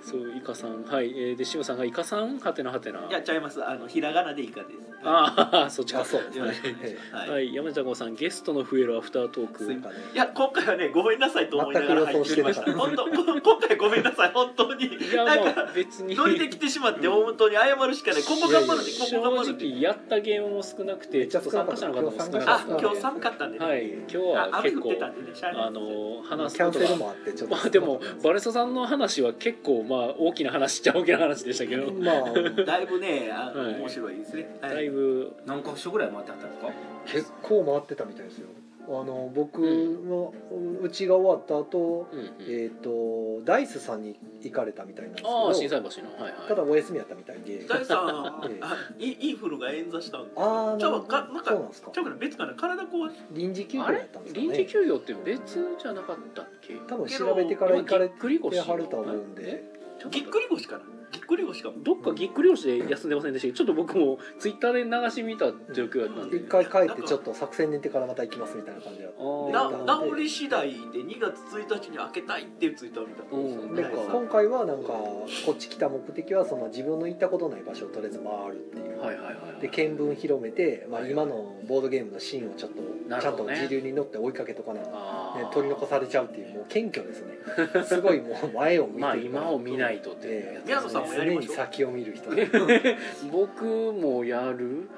S1: そうイカさんはい、えー、でシムさんがイカさんはてなはてない
S3: やっちゃいますあのひらがなでいいかです
S1: ああそっちか
S2: あそうです
S3: よろしくお
S2: ね
S3: 願いします、はい
S1: はい、山地拓夫さんゲストの増えるアフタートー
S2: すい
S1: ク
S2: ません
S3: いや今回はねごめんなさいと思いながら入ってきました
S2: 全く
S3: 本当こ今回ごめんなさい本当に
S1: いや
S3: なん
S1: ま
S3: か
S1: あ別に
S3: ノリで来てしまって本当に謝るしかないここ頑張るでこ
S1: 正
S3: こ頑張るで
S1: 直やったゲームも少なくて
S2: めっちゃ少な
S1: 参
S2: か
S1: 加
S2: った
S1: 者の方も少なか
S3: あ
S1: ったので
S3: 今日寒かったんでね、
S1: はい今日は
S3: あ雨
S1: 結
S3: 降
S1: 構
S3: ってたんでねしゃあない
S1: あの話
S2: キ
S1: す
S2: ャ
S1: こ
S2: ン
S1: と
S2: セル
S1: が
S2: もあってちょっと
S1: まあでもバルサさんの話は結構まあ大きな話っちゃ大きな話でしたけど
S2: まあ
S3: だいぶねあの、
S1: はい
S3: 面白いですね、はい
S1: だいぶ
S4: 何箇所ぐらい回ってはったんですか
S2: 結構回ってたみたいですよあの僕のうちが終わった後、
S1: うんうん
S2: えっ、とダイスさんに行かれたみたいなんですけ
S1: ああ心
S2: ど
S1: 斎橋のはいはい
S2: ただお休みやったみたいで
S3: 大さん
S2: ええ
S3: あイインフルが円座したんです
S2: ああ
S3: ちょかなんか
S2: そうなんですか
S3: ちょっと別かな体こう
S2: 臨時休業
S1: あ
S2: だっ
S1: れ
S2: たんですか
S1: 臨時
S2: ね
S1: 休業って別じゃなかったっけ
S2: 多分調べてから行かれて
S1: ぎっくり腰
S2: はると思うんで
S3: ぎっくり腰かなぎっくり腰かも
S1: どっかぎっくり腰で休んでませんでしたけどちょっと僕もツイッターで流し見た状況だったんで
S2: 一回帰ってちょっと作戦練ってからまた行きますみたいな感じだった
S1: あー
S3: な
S2: なん
S3: 治り次第で2月1日に開けたいっていうツイートを見たんですよ
S1: うん
S2: で
S1: なんか
S2: 今回はなんかこっち来た目的はその自分の行ったことない場所をとりあえず回るっていう
S1: はいはいはいはい
S2: で見聞広めて、まあ、今のボードゲームのシーンをちょっ
S1: な
S2: とち
S1: る
S2: ゃ
S1: ほど
S2: んと
S1: ね
S2: 時流に乗って追いかけとかな、ね、
S1: あー
S2: 取り残されちゃうっていうもう謙虚ですね すごいもう前を向いてる
S1: まあ今を見
S2: い
S1: ないとっていう
S2: え
S1: やつですね
S2: え
S3: 宮野さんもや
S2: 常
S3: りま
S2: に
S3: しょう
S2: 先を見る人
S1: 僕もやる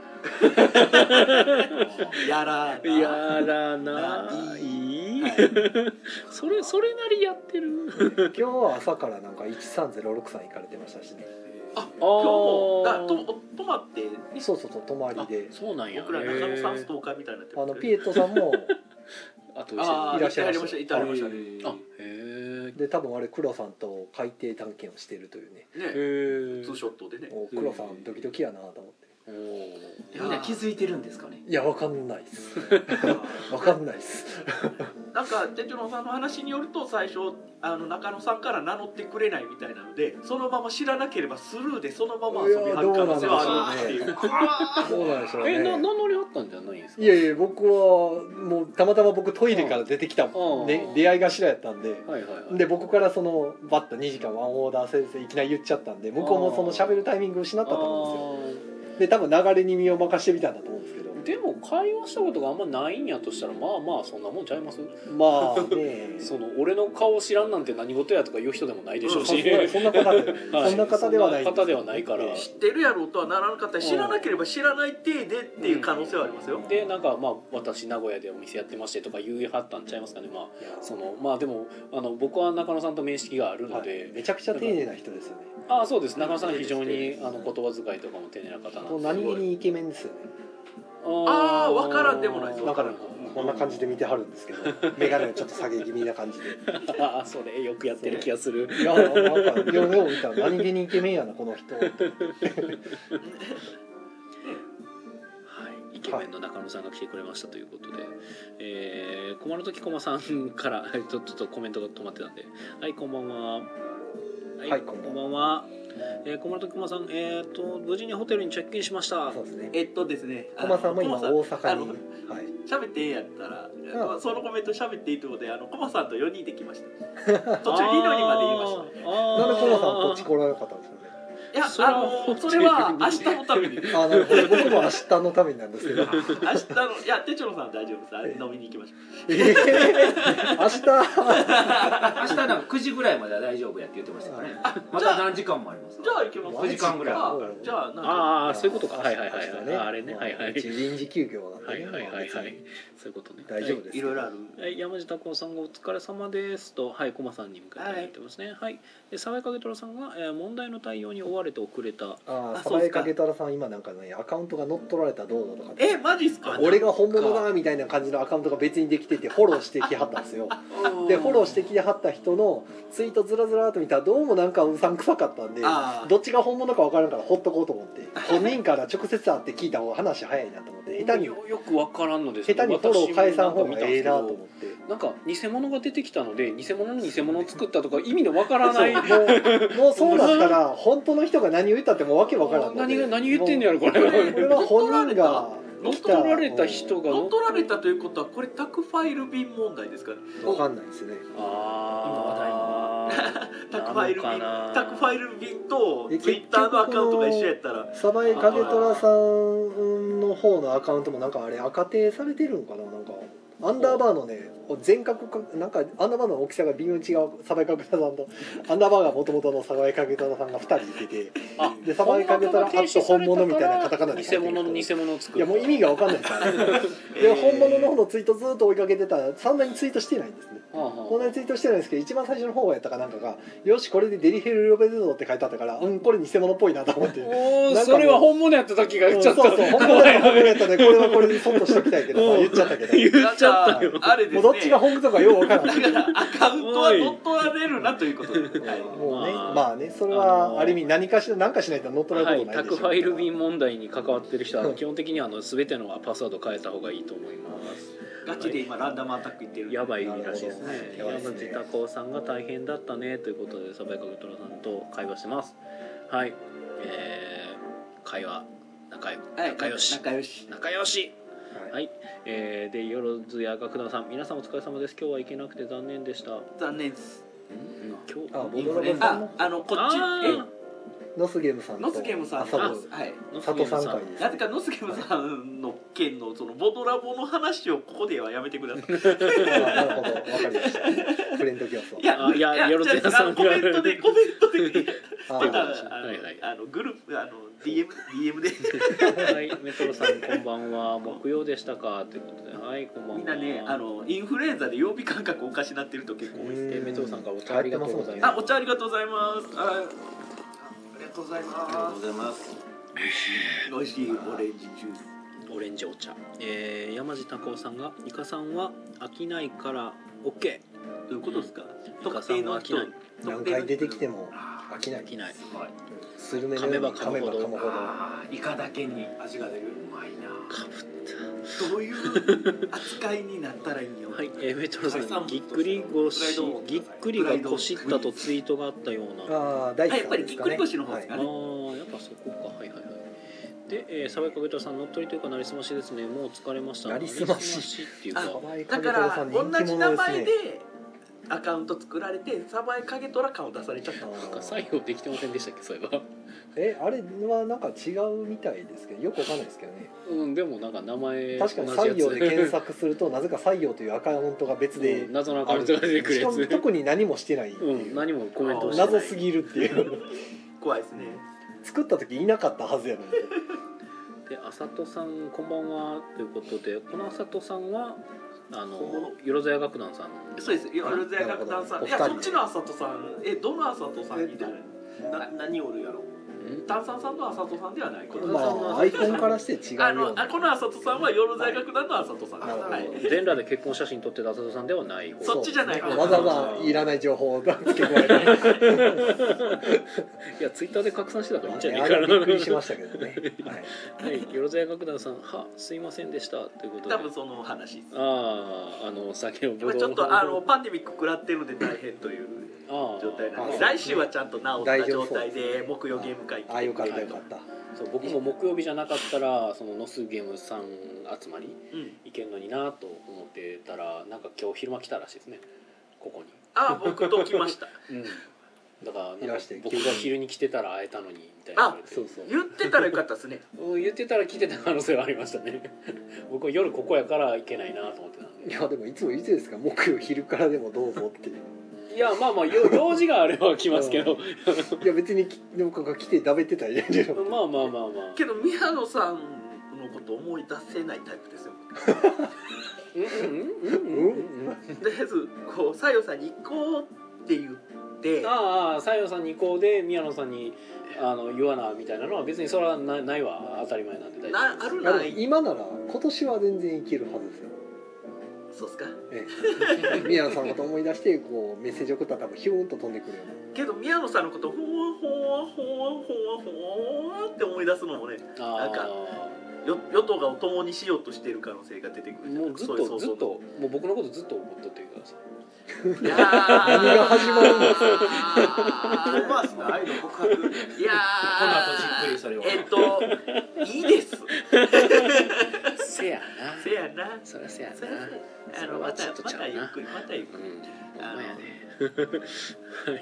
S3: やらな
S1: やらない
S3: は い
S1: それそれなりやってる
S2: 今日は朝からなんか1306さん行かれてましたしね
S3: あ
S1: あ
S3: 今日も
S1: ー
S3: だと泊まってね
S2: そうそうそう泊まり
S1: あ
S2: で
S1: そうなんや
S3: 僕ら中野さんストーカーみたいになって
S2: あ
S3: ます
S2: のピエットさんも
S1: あと
S3: あ
S2: ー
S1: 一
S2: いらっしゃいました
S3: ましたいただきましたね
S1: 緒にあへ
S2: で多分あれ黒さんと海底探検をしてるというね
S1: え
S3: ね
S1: へえ
S3: ツーショットでね
S2: もう黒さんドキドキやなと思って
S1: おー
S4: みんな気づいてるんですかね
S2: いやわかんないっ すわ
S3: な
S2: かんないっす
S3: んか哲郎さんの話によると最初あの中野さんから名乗ってくれないみたいなのでそのまま知らなければスルーでそのまま遊びはる可能性はあるっていう
S2: そうなんでしょうね
S1: えな名乗りあったんじゃないんですか
S2: いやいや僕はもうたまたま僕トイレから出てきた、
S1: うん
S2: ね
S1: うん、
S2: 出会い頭やったんで
S1: はいはいはい
S2: で僕からそのバッと2時間ワンオーダー先生いきなり言っちゃったんで向こうもその喋るタイミングを失ったと思うんですよで多分流れに身を任してみたんだと思うんですけど
S1: あーでも会話したことがあんまないんやとしたらまあまあそんなもんちゃいます
S2: まあね
S1: その俺の顔知らんなんて何事やとか言う人でもないでしょうし、
S2: うん そんな方で、
S1: はい
S2: そんな方ではない
S1: そんな方ではないから
S2: ええ
S3: 知ってるやろうとはならなかったり知らなければ知らない体でっていう可能性はありますよ、
S1: でなんかまあ私名古屋でお店やってましてとか言いはったんちゃいますかねまあそのまあでもあの僕は中野さんと面識があるの
S2: はい
S1: で、
S2: めちゃくちゃ丁寧な人ですよね
S1: ああそうです中野さんは非常にあの言葉遣いとかも丁寧な方なんで
S2: 何気にイケメンですよね
S3: あーわからんでもないです
S2: だから
S1: うん
S2: こんな感じで見てはるんですけど眼鏡をちょっと下げ気味な感じで
S1: ああそれよくやってる気がする
S2: いやなんかよう見たら何気にイケメンやなこの人
S1: はい、イケメンの中野さんが来てくれましたということで、えー、駒の時駒さんから えっとちょっとコメントが止まってたんで「はいこんばんは」は
S2: はい
S1: こ
S2: こんばんは
S1: んばんは」えー、駒の時駒さんえっ、ー、と無事にホテルにチェックインしました
S2: そうですね
S3: えっとですね
S2: 駒さんも今
S3: あの
S2: 大阪
S3: コ
S2: に
S3: マさん
S2: はい
S3: あの喋ってええやったら、まあそのコメント喋っていいということであのコマさんと4人で来ました途中リノにまで言いましたね
S1: たな
S2: なんで駒さんこっち来らなかったんですよね
S3: いや
S1: それは
S3: あのそれは明日のために明日
S2: あなるほど僕も明日のためになんですけ ど
S3: のいや哲郎さんは大丈夫ですあ
S2: ええ
S3: 飲みに行きましょう
S2: えー明日
S4: 明日なんか9時ぐらいまでは大丈夫やって言ってましたからね
S3: あ
S4: ま
S3: じゃ
S4: た
S3: あ
S4: 何時間もあります
S3: じゃあ行けます
S4: 9時間ぐらい
S3: あじゃあなんか
S1: ああそういうことかはいはいはい、
S2: 明日
S1: あーあれねはいはい
S2: 一臨時休業なん
S1: は
S2: で
S1: い
S2: ね、
S1: はいはい
S2: ま
S1: は
S2: あ別
S1: い
S2: に
S1: そういうことね
S2: 大丈夫です
S3: いろいろある
S1: はい、山下幸さんが「お疲れ様です」と、はい、駒さんに向けて言ってますね。はい、で沢井景太郎さんが、えー問題の対応に追われて遅れた。
S2: ああ
S3: あそ
S2: 鯖
S3: うっす
S2: 江
S3: か
S2: かけたらさん今なんかねアカウントが乗っ取られたらどうだとか
S3: えマジっすか
S2: 俺が本物だみたいな感じのアカウントが別にできててフォローしてきはったんですよでフォローしてきはった人のツイートずらずらっと見たらどうもなんかうさんくさかったんで
S3: あー
S2: どっちが本物か分からんからほっとこうと思って本人から直接会って聞いた方が話早いなと思って下手に
S1: よよくわからんのです
S2: 下
S1: け
S2: 手
S1: ど
S2: にフォロー返さん方
S1: 私も
S2: が
S1: なんか
S2: ええ
S1: 見
S2: な
S1: た
S2: と
S1: んですけど
S2: 思って
S1: なんか偽物が出てきたので偽物の偽物を作ったとか意味のわから
S2: そ
S1: な
S2: う
S1: い
S2: もうもうそうなったら本当の人が何を言ったってもうわけ分からんの
S1: 何
S2: で
S1: が何言ってんのやろこれ
S2: もうこれは本人が
S3: 乗っ
S2: 来
S3: 取
S1: 取られた人が
S3: 乗っ取られたということはこれ宅ファイル便問題ですかね
S2: 分かんないですね
S1: あー
S3: 宅ファイル
S1: なのかな
S3: 便宅ファイル便と
S2: え
S3: ツイッターのアカウントが一緒やったら
S2: 鯖江景虎さんの方のアカウントもなんかあれ赤定されてるんかななんかアンダーバーのね全角かなんかアンダーバーの大きさが微妙に違う鯖江景虎さんとアンダーバーが元々の鯖江景虎さんが2人いてて
S1: あ
S2: で鯖江景虎あと本物みたいなカタカナで書
S1: 偽
S2: いて
S1: 物の
S2: る人
S1: 偽物を作
S2: い
S1: る
S2: やもう意味が分かんないですからね
S3: え
S2: で
S3: ー
S2: 本物の方のツイートずっと追いかけてたらそんなにツイートしてないんですね
S1: はあ
S2: こん
S1: は
S2: なにツイートしてないんですけど一番最初の方やったかなんかが「よしこれでデリヘル・ロベルド」って書いてあったからうんこれ偽物っぽいなと思って
S1: あお
S2: な
S1: ー
S2: んかもう
S1: それは本物やった時が言っちゃった
S2: そうそう本物だったら本物だったねこれはこれでそっとしときたいけ
S1: う
S2: どさ
S1: ん
S2: 言っちゃったけど
S1: 言っちゃった
S2: よ
S3: あれです
S2: も
S3: ね
S2: うどっちが本物かよう分からない
S3: だからアカウントは乗っ取られるなということです、は い
S2: もうね
S1: まあ
S2: まあねそれ
S1: あのー
S2: はある意味何かしら何かしないと乗っ取ら
S1: は
S2: れる
S1: い、
S2: ことない
S1: 宅
S2: でしょう
S1: フ
S2: から
S1: ァイル便問題に関わってる人
S2: う
S1: は
S2: ん
S1: 基本的にはあの全てのパスワード変えた方がいいと思います。
S3: ガチで今ランダムアタックいってる
S1: やばいらしいですね。
S2: なるほど
S1: 山口孝さんが大変だったねということでサバイカグトラさんと会話してます。はい、えー、会話仲良
S3: はい
S1: 仲良し
S3: 仲良し
S1: 仲良し。
S2: はい
S1: はい、えー、でよろずや学団さん皆さんお疲れ様です。今日は行けなくて残念でした。
S3: 残念です
S1: 今日
S2: あ
S1: イン
S2: ボ
S1: フ
S2: ド
S1: ルエ
S2: ロ
S1: ン
S2: ボ
S1: ザ
S2: さん
S3: あ
S2: も
S3: あのこっち
S1: あー
S3: え
S2: ノスゲームさんと
S3: ノスゲムさん
S2: 朝
S3: あ
S2: 部
S3: はい
S2: 佐藤さん会です
S3: なぜかノスゲムさんの件のそのボドラボの話をここではやめてくだ さい
S2: あなるほど分かりましたフレンド競争
S3: いや
S1: あいやよろずやさん
S3: あのコメントでコメントで
S2: あ
S3: 出たあ
S2: ー
S3: の
S1: はいはい
S3: あのグループあの DM DM で
S1: はい、メトロさんこんばんは。木曜でしたかということで、はい、こんばんは。
S3: みんなねあのインフルエンザで曜日感覚おかしなってると結構多いです
S1: えーメトロさんからお茶ありがとうございます
S3: あお茶ありがとうございますあありがとうござい
S4: ありがとう
S3: ま
S4: ご
S3: す
S4: ざいます
S3: 美味しいオレンジジュース
S1: オレンジお茶。えー、山地孝さんが、イカさんは飽きないから、オッケ
S3: どういうことですか
S1: ー。イカ
S3: 特
S1: さ
S3: 定
S1: ん
S3: の
S1: は飽き
S3: 人
S1: ない。
S2: 何回出てきても飽きな
S1: 飽
S2: い
S1: きない。
S2: スルメのように
S1: 噛
S2: 噛
S1: め
S2: め
S1: ば
S2: ば
S1: 噛
S2: 噛
S1: む
S2: む
S1: ほ
S2: ほど
S4: あーイカだけに味が出るうまいな
S1: かぶっ
S3: どういう扱いになったらいいんよ
S1: た。はい、えー、メトロさん、ぎっくり腰、ぎっくりがこしったとツイートがあったような。
S2: ああ大好きなんですか
S3: あやっぱりぎっくり
S2: ね
S3: 腰の方
S2: は
S3: です
S2: い
S3: か
S1: あ
S3: ね
S1: ーやっぱそこかはいはいはいで、えー、沢井かげたさん乗っ取りというかなりすましですねもう疲れました
S2: なりすまし
S1: っていうか
S3: あ
S2: 鯖江景
S3: だか
S2: 虎さ
S3: ら
S2: ん
S3: 同
S2: 人気
S3: じ名
S2: 者です
S3: 前
S2: ね
S3: でアカウント作られてサバイカゲトラ感を出されちゃっ
S1: な
S3: た
S1: んか採用できてませんでしたっけそういえば
S2: えあれはなんか違うみたいですけどよくわかんないですけどね
S1: うんでもなんか名前
S2: 確かに採用で検索するとなぜか採用というアカウントが別で、
S1: うん謎のアカウントが出てくる
S2: し
S1: や
S2: か
S1: つ
S2: も特に何もしてないって
S1: う
S2: い
S1: ん、
S2: う、
S1: 何もコメントをしてない
S2: 謎すぎるっていう
S3: 怖いですね
S2: 作った時いなかったはずやのに
S1: であさとさんこんばんはということでこのあさとさんはあ
S3: 本
S1: の
S3: 物
S1: よろずや楽団さん
S3: そうですよろずや楽団さん
S2: お
S3: い
S2: 二人
S3: やそっちのあさとさんえどのあさとさんになる
S4: な何おるやろ
S1: ん
S3: 炭酸さんのあさとさんではないこの
S2: まあアイコンからして違う
S3: あ
S2: よう
S3: のあ
S2: な
S3: このあさとさんはよろずや楽団のあさとさん
S2: なるほど
S3: はい
S1: 全裸で結婚写真撮ってたあさとさんではない方
S3: そっちじゃない
S2: そうわざわざいらない情報を付け加えて
S1: いやツイッターで拡散してた からいいんじゃない
S2: あ
S1: か
S2: れ
S1: な
S2: はびっくりしましたけどね、は い、
S1: はい、よろずや楽団さん、は、すいませんでした、ということで。
S3: 多分その話です
S1: ああ、あの、先の
S3: 今ちょっとあのパンデミック食らってるんで大変という状態なんで
S2: あ
S3: 来週はちゃんと治った状態で木曜ゲーム会
S2: ああよかったよかった
S1: そう、僕も木曜日じゃなかったら、そのノスゲームさん集まり。
S3: うん
S1: いけんのになと思ってたら、なんか今日昼間来たらしいですね。ここに。
S3: あ僕と来ました
S1: うん。だから、
S2: い
S1: なん
S2: ら
S1: か
S2: して
S1: 僕が昼に来てたら、会えたのにみたいな言われて。
S2: そうそう
S3: 言ってたらよかったですね
S1: うん言ってたら、来てた可能性はありましたね。僕は夜ここやから、行けないなと思ってたん
S2: い
S1: で。
S2: やでもいつもいつですか木曜昼からでもどうぞって
S1: いやまあまあよ用事があれば来ますけど
S2: いや別にき僕が来てだべってたらいいじゃん
S1: まあまあまあまあ
S3: けど宮野さんのこと思い出せないタイプですよ
S1: うんうんうんうんうんうん
S3: とりあえずこう西洋さんに行こうって言って
S1: ああ西洋さんに行こうで宮野さんにあの言わなみたいなのは別にそれはなないわ当たり前なんで大丈
S3: なある
S2: いや
S3: な
S2: でも
S3: い
S2: 今なら今年は全然いけるはずですよ
S3: そうっすか
S2: ええ宮野さんのこと思い出してこうメッセージ送ったら多分ヒューンと飛んでくるよう
S3: けど宮野さんのことほわほわほわほわほわほわって思い出すのもね
S1: 夫あ
S3: なんか
S1: あ
S3: よ与党がを共にしようとしている可能性が出てくるじゃ
S1: も
S3: ないう
S1: ずっ
S3: そういう
S1: と
S3: 想
S1: ずっ
S3: 像
S1: ともう僕のことずっと思っとってくだ さい
S3: いや何
S2: が始まるんです
S3: か
S4: ロマンスの愛の告白より
S3: いや
S4: この後じっくりそれを
S3: えっといいです
S1: せやな
S3: せやな
S1: そりゃせや
S3: それはねあ
S1: それ
S3: のま
S1: は
S3: た
S1: ちょっと
S3: ま
S1: ちゃうな
S3: たゆっくりまたゆっくり
S1: うんほ
S3: あ
S1: ん
S3: の
S1: まやね は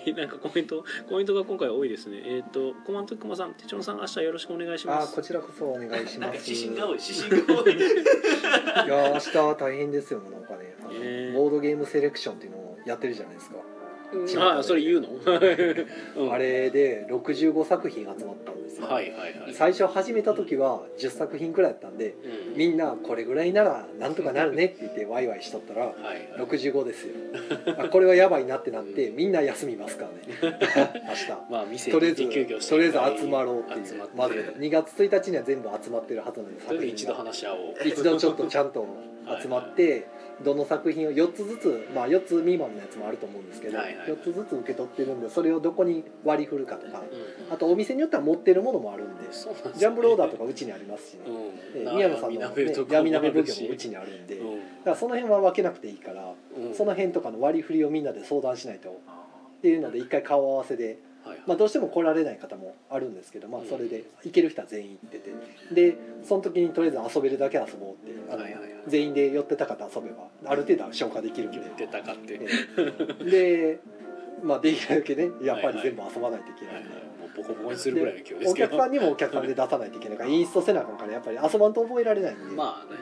S1: いなんかコメントコメントが今回多いですねえっ、とコマントクマさん手帳さん明日よろしくお願いし
S2: なあ
S1: ま
S2: あ
S1: す
S2: こちらこそお願いし
S3: なん
S2: ま
S3: か
S2: す
S3: 指針が多い指針が多い
S2: いや明日は大変ですよなんかねあの、
S1: ええ
S2: ボードゲームセレクションっていうのをやってるじゃないですか、
S1: うんああそれ言う の、うん
S2: あれで65作品集まったんですよ、
S1: はいはいはい、
S2: 最初始めた時は10作品くらいだったんで
S1: うん
S2: みんなこれぐらいならなんとかなるねって言ってワイワイしとったら
S1: はいはい
S2: 65ですよあこれはやばいなってなってみんな休みますからね
S1: まあ店
S2: 明日
S1: に
S2: とり
S1: 行
S2: あえ
S1: って休業し
S2: ず
S1: て
S2: とりあえず集まろうっていう
S1: 集まって
S2: まず2月1日には全部集まってるはずなんで
S1: とりあえ
S2: 作
S1: ず
S2: 品
S1: 一度
S2: が
S1: 話し合おう
S2: 一度ちょっとちゃんと集まってどの作品を4つずつまあ4つ未満のやつもあると思うんですけど
S1: はいはい
S2: 4つずつ受け取ってるんでそれをどこに割り振るかとか
S1: うん
S2: あとお店によっては持ってるものもあるんで
S1: そうなんですね
S2: ジャンブローダーとかうちにありますしね
S1: う
S2: え
S1: ん
S2: ー宮野さんの、
S1: 闇
S2: ね
S1: 鍋と、か
S2: 闇
S1: もあ
S2: 鍋
S1: る
S2: 奉
S1: し
S2: 行もうちにあるんで、だか
S1: う
S2: らその辺は分けなくていいから、
S1: んうん
S2: その辺とかの割り振りをみんなで相談しないとっ
S4: あ
S2: ていうので一回顔合わせで、
S1: はいはい
S2: まあ、どうしても来られない方もあるんですけど、まあ
S1: うん、
S2: それで行ける人は全員行っててでその時にとりあえず遊べるだけ遊ぼうっていうあの、
S1: はいはいはい
S2: 全員で寄ってた方遊べばある程度は消化できるんで
S1: 言ってたかって、
S2: えーで、まあ、できるだけねやっぱり全部遊ばないといけ
S1: は
S2: ないい
S1: は
S2: ん
S1: い
S2: で。
S1: もうボコボコにするぐらいの勢いです
S2: お
S1: け
S2: 客
S1: ど
S2: さんにもお客さんで出さないといけないからインストせなあかんからやっぱり遊ばんと覚えられないんで、
S1: まあね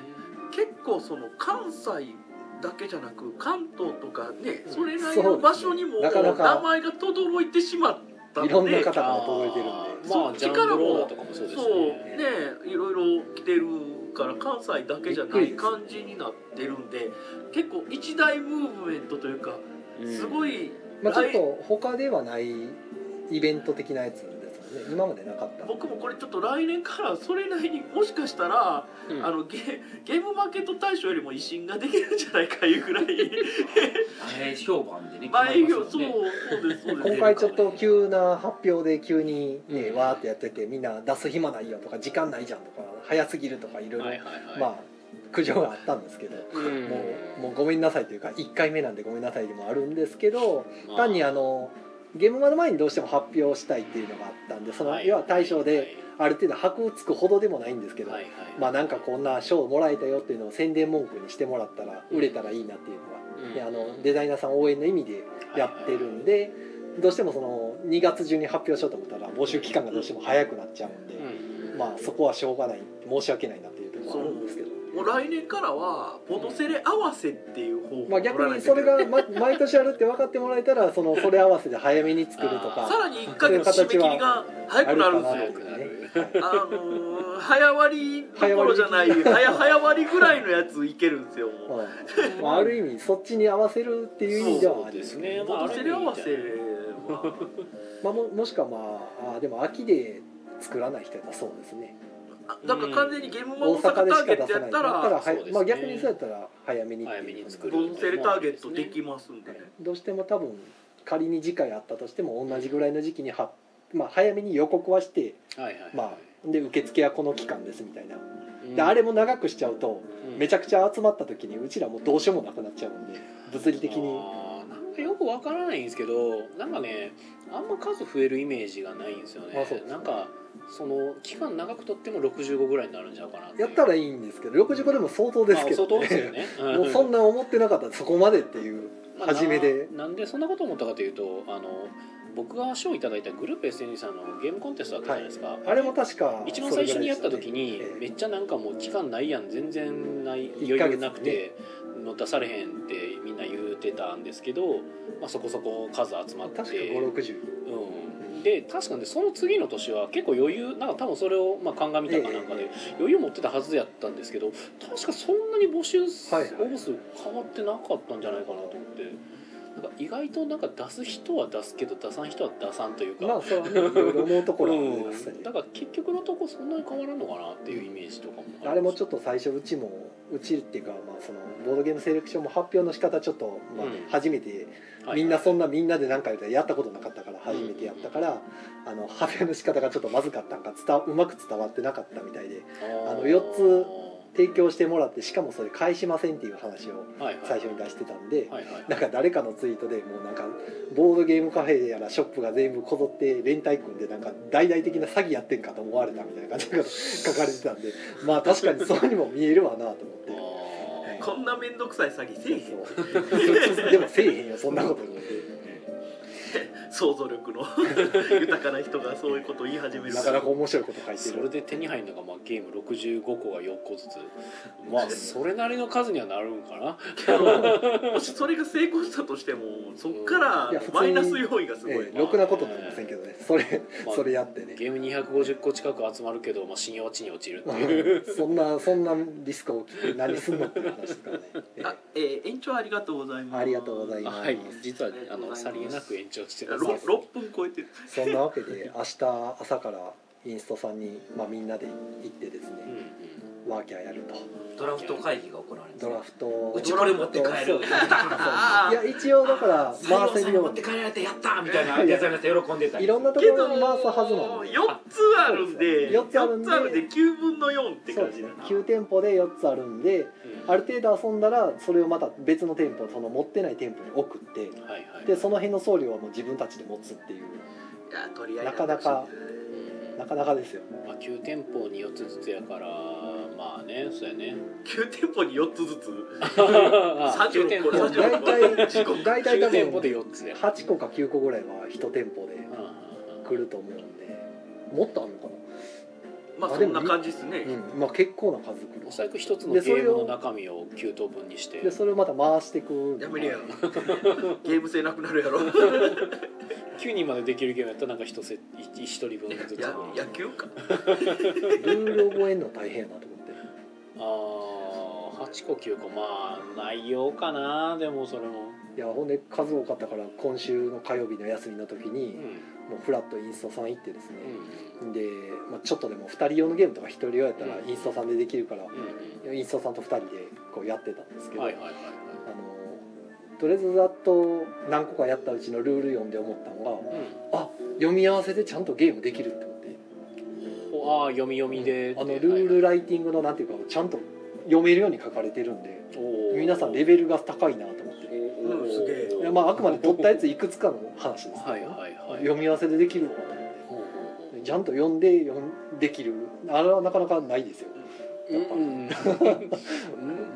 S3: 結構その関西だけじゃなく関東とかね
S1: うん
S3: それなりの場所にも
S2: そうですねなかなか
S3: 名前が轟いてしまった
S2: いろ
S3: の
S2: んな
S3: で
S2: 方から届いてるんで
S1: あーまあジャンブローダーとかもそうですね
S3: そうねいろいろ来てるから関西だけじゃ
S2: びっ
S3: な
S2: くり
S3: い
S2: です
S3: 感じになってるんで結構一大ムーブメントというかすご
S1: い
S3: い
S2: まあ、ちょっと他ではないイベント的なやつですもんね今までなかった
S3: 僕もこれちょっと来年からそれなりにもしかしたらあのゲゲームマーケット大賞よりも威信ができるんじゃないかいうぐ らい
S4: 前評判でね
S3: 前
S4: 決まり
S3: 評
S4: ます
S3: そう
S4: もんね
S3: そうですそうです
S2: 今回ちょっと急な発表で急に、ね
S1: うん
S2: わーってやっててみんな出す暇ないよとか時間ないじゃんとか早すぎるとかいろいろ
S1: はいはいはい
S2: まあ苦情があったんですけど、
S1: うん
S2: もうもうごめんなさいというか1回目なんでごめんなさいでもあるんですけど、
S1: まあ
S2: 単にあのゲームマの前にどうしても発表したいっていうのがあったんでその、
S1: はい
S2: 要は対象
S1: は
S2: で
S1: い
S2: ある程度箔つくほどでもないんですけど、
S1: はいはい
S2: まあなんかこんな賞をもらえたよっていうのを宣伝文句にしてもらったら売れたらいいなっていうのが、
S1: うん
S2: であのデザイナーさん応援の意味でやってるんで、どうしてもその2月中に発表しようと思ったら募集期間がどうしても早くなっちゃうんで、
S1: うん
S2: まあそこはしょうがない申し訳ないなっていうところはあるんですけど。
S3: もう来年からはポトセレ合わせっていう方法
S2: まあ、逆にそれがま毎年あるって分かってもらえたらそのそれ合わせで早めに作ると
S1: あ
S2: か
S3: さらに1ヶ月締め切りが早くなるんです
S1: 早
S3: よ
S1: くなる
S3: あのー早割りどころじゃない
S2: 早割りできる
S3: 早早割りぐらいのやついけるんですよもう
S2: はいまあ、ある意味そっちに合わせるっていう意味では
S1: そ
S2: あ
S1: う
S2: る
S1: ですねまあ
S3: ポトセレ合わせ
S1: あれ
S3: は
S2: まあ、ももしくはまああでも秋で作らない人やったらそうですね
S3: あだから完全にゲームマ
S2: 大
S3: 大阪タ
S2: 阪でし
S3: ーゲ
S2: か出
S3: ット
S2: さ
S3: や
S2: な
S3: っ
S2: い
S3: た
S2: だ
S3: ら
S2: から、
S1: そうですね
S2: まあ、逆にそうやったら早めにっていう
S1: 早めに作
S3: ポ
S1: る
S3: トセレターゲットできますんで
S2: はいどうしても多分仮に次回あったとしても同じぐらいの時期には、まあ、早めに予告はして、
S1: はいはいはい
S2: まあ、で受付はこの期間ですみたいな
S1: うん
S2: であれも長くしちゃうとめち
S1: ゃ
S2: ゃくちゃ集まった時にうちらもうどうしようもなくなっちゃうんで物理的に
S1: あーなんかよくわからないんですけどなんかねあんま数増えるイメージがないんですよね
S2: あそうです
S1: なんかその期間長くとっても65ぐらいになるんちゃうかな
S2: やった
S1: ら
S2: らいいんですけど65でも相当ですけど、
S1: 相当ですよ ね
S2: もうそんな思ってなかったそこまでっていう
S1: まあ
S2: 初めで
S1: ななんでそんなこと思ったかというとあの僕が賞をいただいたグループ SNE さんのゲームコンテストあったじゃないですか、
S2: あれも確か
S1: 一番最初にやった時に
S2: それぐら
S1: め
S2: いでし
S1: っちゃなんかもう期間ないやん全然ない
S2: 一
S1: 余
S2: ヶ
S1: 裕
S2: 月
S1: なくての出されへんってみんな言う出たんですけど、まあ、そこそこ数集まっ
S2: 確
S1: て
S2: か560
S1: うん、で確かにその次の年は結構余裕なんか多分それをまあ鑑みたかなんかで余裕持ってたはずやったんですけど確かそんなに募集数
S2: はい
S1: 応
S2: はい
S1: 募数変わってなかったんじゃないかなと思ってなんか意外となんか出す人は出すけど出さん人は出さんというか、
S2: まあそれはねいろいろ思うところはあります
S1: うん、
S2: ね
S1: だから結局のとこそんなに変わらんのかなっていうイメージとかも
S2: あれもちょ
S1: っ
S2: っと最初うちもうちっていうか、まあ、そのボードゲームセレクションも発表の仕方ちょっと、まあ
S1: うん、
S2: 初めて
S1: と
S2: みんなそんなみんなで何か言うたらやったことなかったから初めてやったからあの発表の仕方がちょっとまずかったんか伝わうまく伝わってなかったみたいであの四つ提供してもらってしかもそれ返しませんっていう話を最初に出してたんで
S1: はいはい
S2: なんか誰かのツイートでもうなんかボードゲームカフェやらショップが全部こぞって連帯組んでなんか大々的な詐欺やってんかと思われたみたいな感じが書かれてたんでまあ確かにそうにも見えるわなと
S1: あ
S2: 思
S1: ー
S2: はい
S3: こんな面倒くさい詐欺せえへん
S2: って でもせえへんよそんなこと言って
S3: 想像力の 豊かな人がそういうことを言い始める
S2: なかなか面白いこと書いて
S1: そ
S2: る
S1: れで手に入るのがまあゲーム65個が4個ず つまあそれなりの数にはなるんかな
S3: もしそれが成功したとしてもそっか
S2: いや
S3: ら
S2: 普通に
S3: マイナス要因がすごい
S2: ええ、ろくなことになりませんけどねそれ
S1: まあ
S2: それやってね
S1: ゲーム250個近く集まるけど、まあ、信用地に落ちるって
S2: まあ
S1: いう
S2: そんなそんなリスクを負って何すんのっていう話ですからねえ
S3: あえー延長ありがとうございます
S2: ありがとうござい
S1: あ
S2: ます
S1: はい実はあのさりげなく延長して
S3: ろ
S1: ます
S3: 六分超えてる
S2: えそんなわけで明日朝からインストさんに、まあ、みんなで行ってです
S1: うん
S2: ねワーキャーやると
S4: ドラフト会議が行われるんです
S2: ド
S4: ね
S2: ラフト
S4: うちこれ持って帰る
S2: いや一応だから
S4: 採
S2: 回
S4: 用
S2: せ
S4: さ
S2: る
S4: ん
S2: よ
S4: 持
S2: う
S4: って
S2: に
S4: 帰られてやったみたいなデザイナーさん喜んでたり
S2: いろんなとこ
S3: け
S2: ろ
S3: ど
S2: に回すはずなんで
S3: 四つあるんで
S2: そうですね四つあるんで
S3: 九分の四って
S2: そう
S3: 感
S2: です
S3: じ
S2: ね
S3: だな
S2: 9店舗で4つあるんで
S1: うん
S2: ある程度遊んだらそれをまた別の店舗その持ってない店舗に送って
S1: はいはい
S2: でその辺の送料はもう自分たちで持つっていう
S3: いや取り合い
S2: なかなか
S1: うん
S2: なかなかですよ
S1: まあ、9店舗に4つずつやからまあねそうや ね
S3: 九店舗に四つずつ
S1: あ
S3: 30
S1: 店
S3: こ
S1: 舗
S3: れ
S2: 大
S3: 30
S2: 体大体多
S1: 9店舗で
S2: 分
S1: 4つや
S2: 8個か9個ぐらいは1店舗で
S1: うんうんうん
S2: 来ると思うんでもっとあるのか
S3: まあ
S2: あ
S3: そ
S2: で
S3: ん
S2: も
S3: な感じですね、
S2: な、うんまあ、結構な数来
S1: お
S2: る
S1: そらく一つのゲ
S2: でそれを
S1: ームの中身を9等分にして
S2: でそれをまた回してく
S3: や めるやろゲーム性なくなるやろ
S1: 9人までできるゲームやったらなんか 1, セ一一人分ずつ
S3: や
S1: あ
S3: 野球か
S2: ルール覚えるの大変やなと思って
S1: あ8個9個まあ内容かなでもそれも、
S2: いやほんで数多かったから今週の火曜日の休みの時
S1: う
S2: に
S1: ん
S2: もうフラッとインストさん行ってですね
S1: うんうん
S2: で、まあ、ちょっとでも2人用のゲームとか1人用やったら
S1: うん
S2: インストさんでできるから
S1: う
S2: インストさんと2人でこうやってたんですけ
S1: ん
S2: ど、
S1: はいはいはい
S2: あのとりあえずざっと何個かやったうちのルール読んで思ったのが
S1: はい、
S2: あ読み合わせでちゃんとゲームできるって思って
S1: うん、おああ読み読みで、
S2: あのルールライティングのなんていうかちゃんと読めるように書かれてるんで皆さんレベルが高いなと思って
S3: うんすげえ
S2: いやまああくまで取ったやついくつかの話ですけど、
S1: はいはいはい
S2: 読み合わせでできるわと思
S1: ほうほう
S2: ってちゃんと読んで読んできるあれはなかなかないですよやっ
S1: ほ
S2: ぱ
S1: ううんうん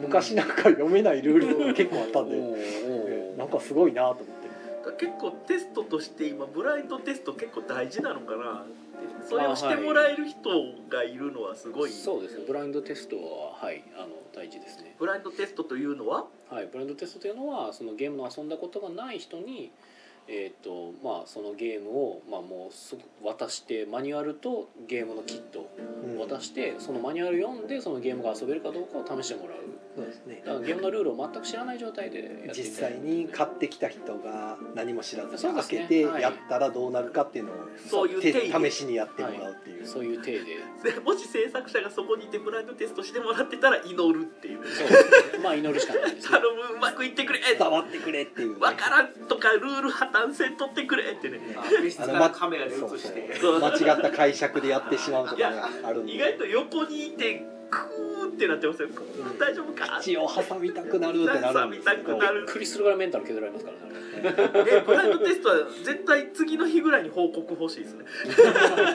S2: 昔なんか読めないルールとか結構あったんで、
S1: おーおー
S2: なんかすごいなと思って
S3: 結構テストとして今ブラインドテスト結構大事なのかなってそれをしてもらえる人がいるのはすごい
S1: そうですねブラインドテストははいあの大事ですね
S3: ブラインドテストというのは
S1: はい、ブラインドテストというのはそのゲームを遊んだことがない人に、えーとまあ、そのゲームを、まあ、もうすぐ渡してマニュアルとゲームのキット
S2: うん
S1: を渡して、そのマニュアル読んでそのゲームが遊べるかどうかを試してもらう
S2: そうですね
S1: だからゲームのルールを全く知らない状態でやっていただく
S2: 実際に買ってきた人が何も知らず
S1: そう
S2: に
S1: で
S2: 開
S1: すね
S2: けて
S1: はい
S2: やったらどうなるかっていうのを
S3: そういう
S2: 手
S3: 定義
S2: 試しにやってもらうっていう、
S1: そういう体で
S3: もし制作者がそこにいてブラインドテストしてもらってたら祈るっていう
S1: そうですねまあ祈るしかないですね
S3: 頼むうまくいってくれ
S2: 伝わってくれっていうね、
S3: わからんとかルール破綻せんとってくれってね
S4: 別室からカメラで映して
S2: そうそう間違った解釈でやってしまうとかねあるんで
S3: 意外と横にいてクーってなってますよクー大丈夫か
S2: 口を挟みたくなるってなるんですけ
S3: 挟
S2: ど
S3: みたくな
S1: びっくりするぐらいメンタル削られますからね
S3: でブラインドテストは絶対次の日ぐらいに報告欲しいで すね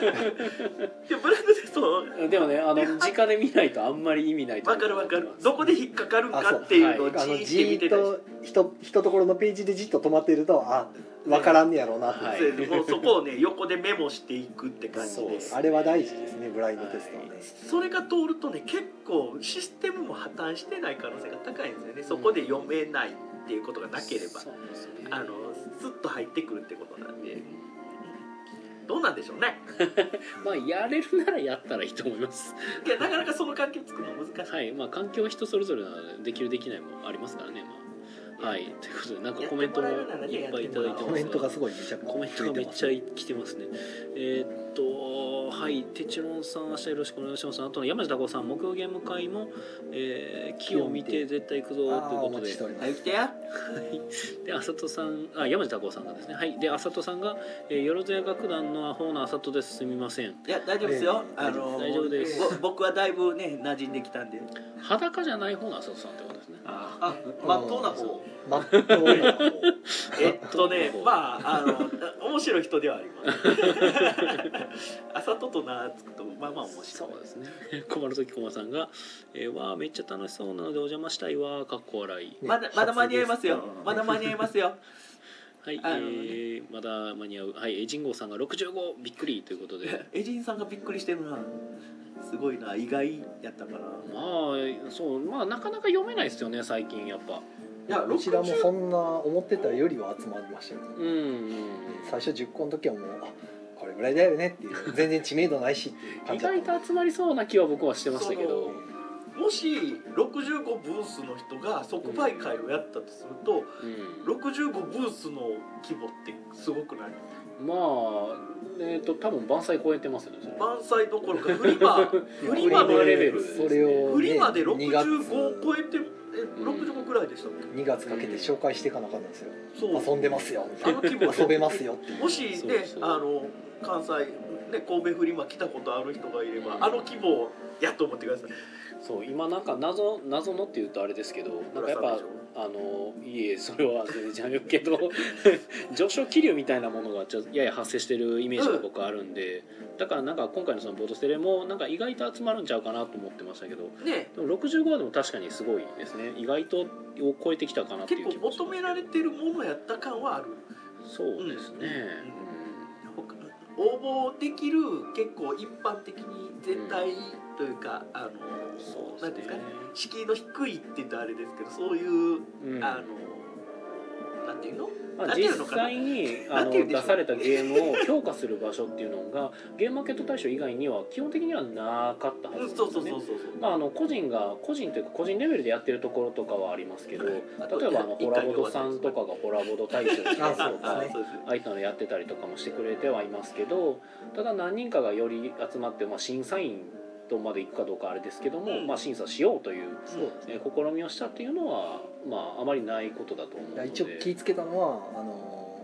S3: でブラインドテスト
S1: あれでもねあの直で見ないとあんまり意味ないと
S3: わ
S1: 思
S3: か
S1: い
S3: る
S1: ます
S3: わかるどこで引っかかるかっていうのを
S2: あ
S3: じ
S2: の
S3: ーっ
S2: じ
S3: て見
S2: ー
S3: て
S2: った
S3: りして
S2: とひとひとところのページでじっと止まっているとあ分からんねやろうなって、
S1: はい
S3: そうですもうそこをね横でメモしていくって感じ
S1: そう
S3: で
S1: です
S2: あれは大事ですねブラインドテストはね、
S3: それが通るとね結構システムも破綻してない可能性が高いんですよねそこで読めないっていうことがなければ
S1: そうですね
S3: あのスッと入ってくるってことなんでどうなんでしょうね
S1: まあやれるならやったらいいと思います
S3: いやなかなかその環境作るの難しい、
S1: はいまあ環境は人それぞれなのでできるできないもありますからねまあはいということでなんかコメントもいっぱいいただいてます
S2: コメントがすごいめちゃくちゃ
S1: コメントがめっちゃ来てますね。えーっとはい、てちろんさん明日よろしくお願いします。あとの山下孝さん木曜ゲーム会も、えー木を見て絶対行くぞと
S2: あー
S1: いう
S2: お
S1: こと
S2: 待ち
S1: で
S2: して、おります
S3: 早く来てや
S1: であさとさんあ山下孝さんがですね、はいであさとさんが、えー、よろずや楽団のアホなあさとですすみません。
S3: いや大丈夫ですよ、
S2: ええ
S3: あの
S1: 大丈夫です
S3: ぼ僕はだいぶね馴染んできたんで
S1: 裸じゃない方のあさとさんってことですね。
S3: あまっとうな方
S2: 真っ当な方
S3: えっとねまああ の面白い人ではあります あさとと名つくとまあまあ面白い
S1: そうですね。 困る時駒さんが、えーわあめっちゃ楽しそうなのでお邪魔したいわーかっこ笑い。
S2: ね
S3: まだまだ間に合いますよ
S4: 初です
S3: まだ間に合いますよ
S1: はい、
S3: あのね
S1: えーまだ間に合うはいえー神郷さんが65びっくりということで。
S3: エジンさんがびっくりしてるなすごいな意外やったからい
S1: まあそうまあなかなか読めないですよね最近やっぱ
S3: や
S2: こちらも
S3: 60
S2: そんな思ってたよりは集まりましたよ
S1: うんうん
S2: 最初10個の時はもうあこれぐらいだよねっていう全然知名度ないしっていう感
S1: 意
S2: じだっ
S1: 外
S2: た
S1: と集まりそうな気は僕はしてましたけど
S3: もし65ブースの人が即売会をやったとすると
S1: うん
S3: 65ブースの規模ってすごくない
S1: まあえっ、と多分万歳超えてますよねそれ
S3: 満載どころかフリ マフリマ
S1: フ
S3: の
S1: リマレベ
S3: レベ
S1: ル
S3: ル
S2: それを、ね、
S3: フリマで
S2: 2月
S3: 65を超えてえ65ぐらいでしたっけ
S2: 2月かけて紹介していかなあかったんですよ、
S3: そう
S2: 遊んでますよ
S3: あの規模
S2: 遊べますよっていう
S3: もしね
S1: そうそう
S3: あの関西ね神戸フリマ来たことある人がいれば、
S1: うん
S3: あの規模やと思ってください
S1: そう今なんか謎謎のっていうとあれですけどなんかやっぱあのいえそれは全然違うけど 上昇気流みたいなものがちょっとやや発生してるイメージが僕あるんで、だからなんか今回のそのボードステレもなんか意外と集まるんちゃうかなと思ってましたけど
S3: ね
S1: でも65はでも確かにすごいですね意外とを超えてきたかなってい
S3: 結
S1: う気
S3: 構
S1: もします
S3: 求められてるものやった感はある
S1: そうですね、
S3: 他応募できる結構一般的に全体というか、あの
S1: そう
S3: なん
S1: で
S3: て
S1: す
S3: いうんですか
S1: ね
S3: ね敷居の低いって言うとあれですけどそういう、
S1: うん
S3: あのなんていうの
S1: ま
S3: な
S1: あ、
S3: んてい
S1: 実
S3: うのかな
S1: 際にあ
S3: なん
S1: の
S3: ていうんでし
S1: 出
S3: ょう
S1: されたゲームを評価する場所っていうのがゲームマーケット大賞以外には基本的にはなかったはず
S3: う
S1: なん
S3: ん
S1: です
S3: そ
S1: よ
S3: うそうそう
S1: ね
S3: そうそう
S1: まあ、あの個人が個人というか個人レベルでやってるところとかはありますけど
S3: は
S1: 例
S3: い
S1: えばあの
S3: あと
S1: ホラボドさんとかがホラボド大賞とか
S2: あそう
S1: あ
S2: ですね
S3: そうです
S1: ああいったのやってたりとかもしてくれてはいますけどただ何人かがより集まって、まあ、審査員とまで行くかどうかあれですけども、
S3: うん
S1: まあ、審査しようという、
S2: そうです
S1: え
S2: ね
S1: ー試みをしたっていうのは、まあ、あまりないことだと思うの
S2: い
S1: で
S2: や一応気ぃつけたのはあの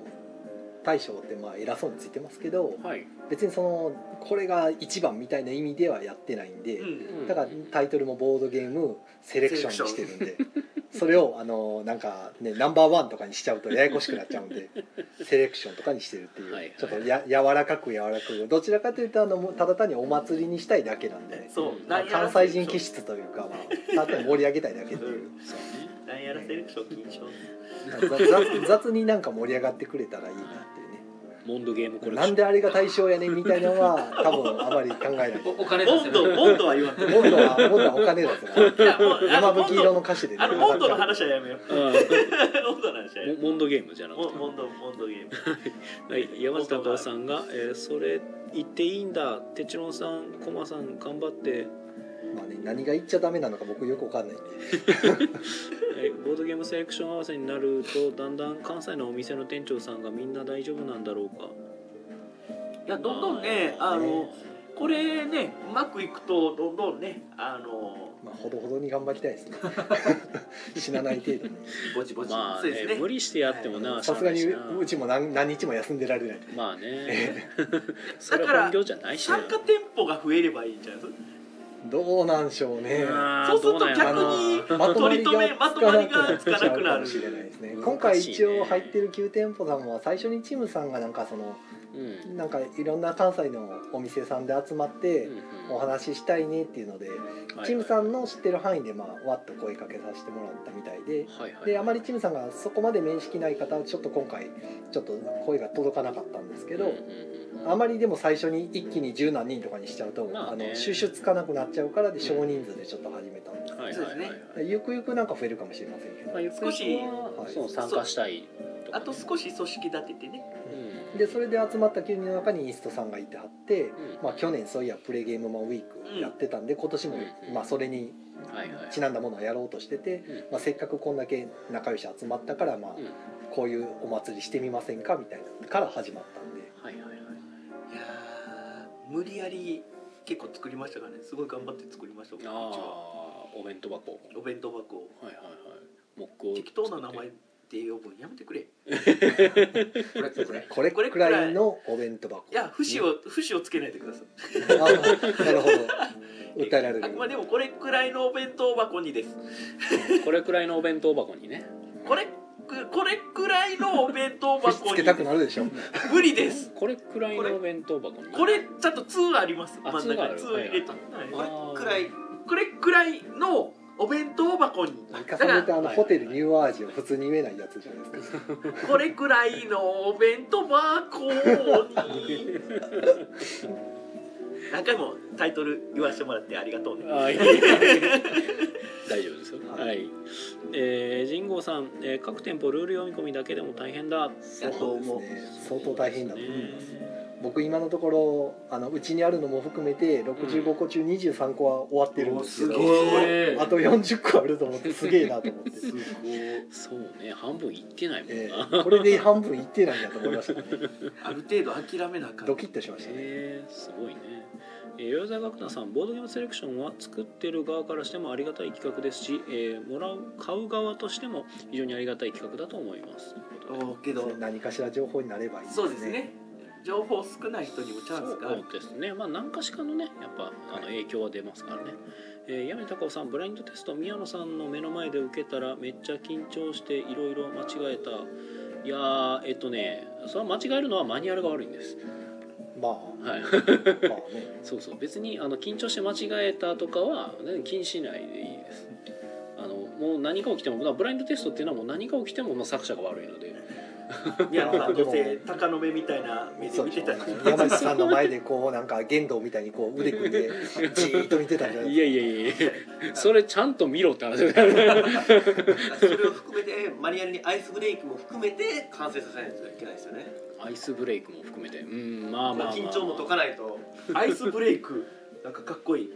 S2: 大将ってまあ偉そうについてますけど
S1: はい、
S2: 別にそのこれが一番みたいな意味ではやってないんで、
S3: うん
S2: だからタイトルもボードゲームセレクションにしてるんでそれをあのなんかねナンバーワンとかにしちゃうとややこしくなっちゃうんでセレクションとかにしてるっていう、
S1: はいはい
S2: ちょっとや柔らかく柔らかくどちらかというとあのもうただ単にお祭りにしたいだけなんで、
S3: そう、
S1: うん
S2: まあ
S3: なんやら
S2: 関西人気質というか、まあ、ただ単に盛り上げたいだけっていう
S1: そうね
S3: なんやらセレクション禁止
S2: 雑雑になんか盛り上がってくれたらいいなっていうね
S1: モンドゲームコレク
S2: な
S1: ショ
S2: ん
S1: ン
S2: であれが対象やねんみたいなの は多分あまり考えない。
S4: おお金出せ
S3: ボンドボンドは言わん
S2: ボンドはボンドはお金だから
S3: いやもうあ
S2: 山
S3: の
S2: 吹色の歌詞でね
S3: あのボンドの話はやめよう ボンドの話はやめ
S1: う
S3: よ
S1: んモモンドゲームじゃな
S3: う
S1: くて
S3: モンモンドモンドゲーム
S1: はい、山下孝さんが、えーそれ言っていいんだてちろんさんこまさん頑張って」
S2: まあね何が言っちゃダメなのか僕よくわかんないんで
S1: えーボードゲームセレクション合わせになるとだんだん関西のお店の店長さんがみんな大丈夫なんだろうか
S3: いやどんどんね
S1: あ
S3: あ
S1: ー
S3: のこれねうまくいくとどんどんねあの
S2: まあほどほどに頑張りたい ですね死なない程度に
S4: ぼちぼち、
S1: まあ
S3: そう
S1: ね
S3: ですね
S1: 無理してやってもな、
S2: さすがに
S1: しゃあな
S2: う
S1: いし
S2: ちも何何日も休んでられない
S1: なまあね それは本業じゃないしな
S3: 参加店舗が増えればいいんじゃないですか
S2: どうなんでしょうね
S3: そうすると
S2: あ
S3: 逆
S2: の
S3: に
S2: まとまりが
S3: まとまりがつかなくな
S2: つかか
S3: る
S2: もしれないですね今回一応入ってる9店舗さんは最初にチームさんがなんかその
S1: うん
S2: なんかいろんな関西のお店さんで集まってお話ししたいねっていうのでチームさんの知ってる範囲でまあわっと声かけさせてもらったみたいで
S1: はいはい
S2: であまりチームさんがそこまで面識ない方はちょっと今回ちょっと声が届かなかったんですけど、
S1: うんうんうん
S2: あまりでも最初に一気に十何人とかにしちゃうと、
S1: まあ
S2: あ
S1: ね
S2: の収集つかなくなっちゃうからで少人数でちょっと始めたんですけど、
S1: はい
S3: そうですね
S1: はい
S2: ゆくゆくなんか増えるかもしれませんけど、
S1: まあ、ゆくゆく
S3: 少し
S1: は
S2: はい
S1: その参加したい
S3: あと少し組織立ててね
S1: うん
S2: でそれで集まった9人の中にイーストさんがいてはって、
S1: うん
S2: まあ、去年そういやプレゲームマンウィークやってたんで、今年も
S1: うん
S2: まあそれに
S1: はいはい
S2: ちなんだものをやろうとしてて、
S1: うん
S2: まあ、せっかくこんだけ仲良し集まったから、まあ
S1: うん
S2: こういうお祭りしてみませんかみたいなから始まったんで
S1: はいはいはい
S3: いやー無理やり結構作りましたからねすごい頑張って作りました僕たちは
S1: ああお弁当箱
S3: お弁当箱を
S1: はいはいはい木工
S3: 適当な名前って呼ぶんやめてくれい
S4: これこれ
S2: これ
S3: これ
S2: く
S3: くらい
S2: らいのお弁当箱
S3: や節を節をつけないでください
S2: あなるほど訴えられ
S3: あ
S2: る
S3: くまでもこれくらいのお弁当箱にです
S1: これくらいのお弁当箱にね
S3: これくこれくらいのお弁当
S2: 節
S3: 箱
S2: つ
S3: に
S2: けたくなるでしょ
S3: 無理です
S1: これくらいのお弁当箱に
S3: これちゃんと2あります
S1: あ
S3: 真ん中に
S1: ツー
S3: 2
S1: がある
S3: 入れた、
S1: あ
S3: はい
S1: ー
S4: くらい
S3: これくらいのお弁当箱に
S2: 三
S3: だ
S2: 笠さ
S3: か
S2: んっ
S3: ら
S2: てあの
S1: はい
S2: ホテルニューアージを普通に言えないやつじゃないですか
S3: これくらいのお弁当箱に何回もタイトル言わせてもらってありがとうね
S1: あいい大丈夫ですよ
S2: はい
S1: はい、えー、神郷さん、えー各店舗ルール読み込みだけでも大変だ
S2: そうですね相当大変だと思います
S1: ね
S2: 僕今のところあのうちにあるのも含めて65個中23個は終わってるんですけど、
S4: おすごい
S2: あと40個あると思ってすげえなと思って、
S1: そうね半分いってないもん
S2: え
S1: な、
S2: えこれで半分いってないんだと思いましたね
S3: ある程度諦めなあかん
S2: ドキッとしましたね
S1: へえすごいね。えー、与沢学奈さんボードゲームセレクションは作ってる側からしてもありがたい企画ですし、えーもらう買う側としても非常にありがたい企画だと思います。
S3: おけど
S2: 何かしら情報になればいい
S3: そうですね情報少ない人にもチャンスがある
S1: そうですね、まあ、何かしかのねやっぱあの影響は出ますからね、えー、闇高尾さんブラインドテスト宮野さんの目の前で受けたらめっちゃ緊張していろいろ間違えたいやーえっとねそれは間違えるのはマニュアルが悪いんです
S2: まあ
S1: はい
S2: まあね
S1: そうそう別にあの緊張して間違えたとかはね気にしないでいいですあのもう何か起きてもまあブラインドテストっていうのはもう何か起きても、まあ、作者が悪いので
S3: 宮野さんどうせ鷹の目みたいな目で
S2: そう
S3: 見
S2: でしてょ
S3: たし
S2: 山口さんの前でこうなんか言動みたいにこう腕組んでじーっと見てたんじゃない
S1: いやいやいやいやそれちゃんと見ろって話だよね
S5: それを含めてマニュアルにアイスブレイクも含めて完成させないといけないですよね、
S1: アイスブレイクも含めてうんまあまあ、
S5: ま
S1: ま
S5: あ、
S1: あ、
S5: 緊張も解かないと
S3: アイスブレイクなんかかっこいい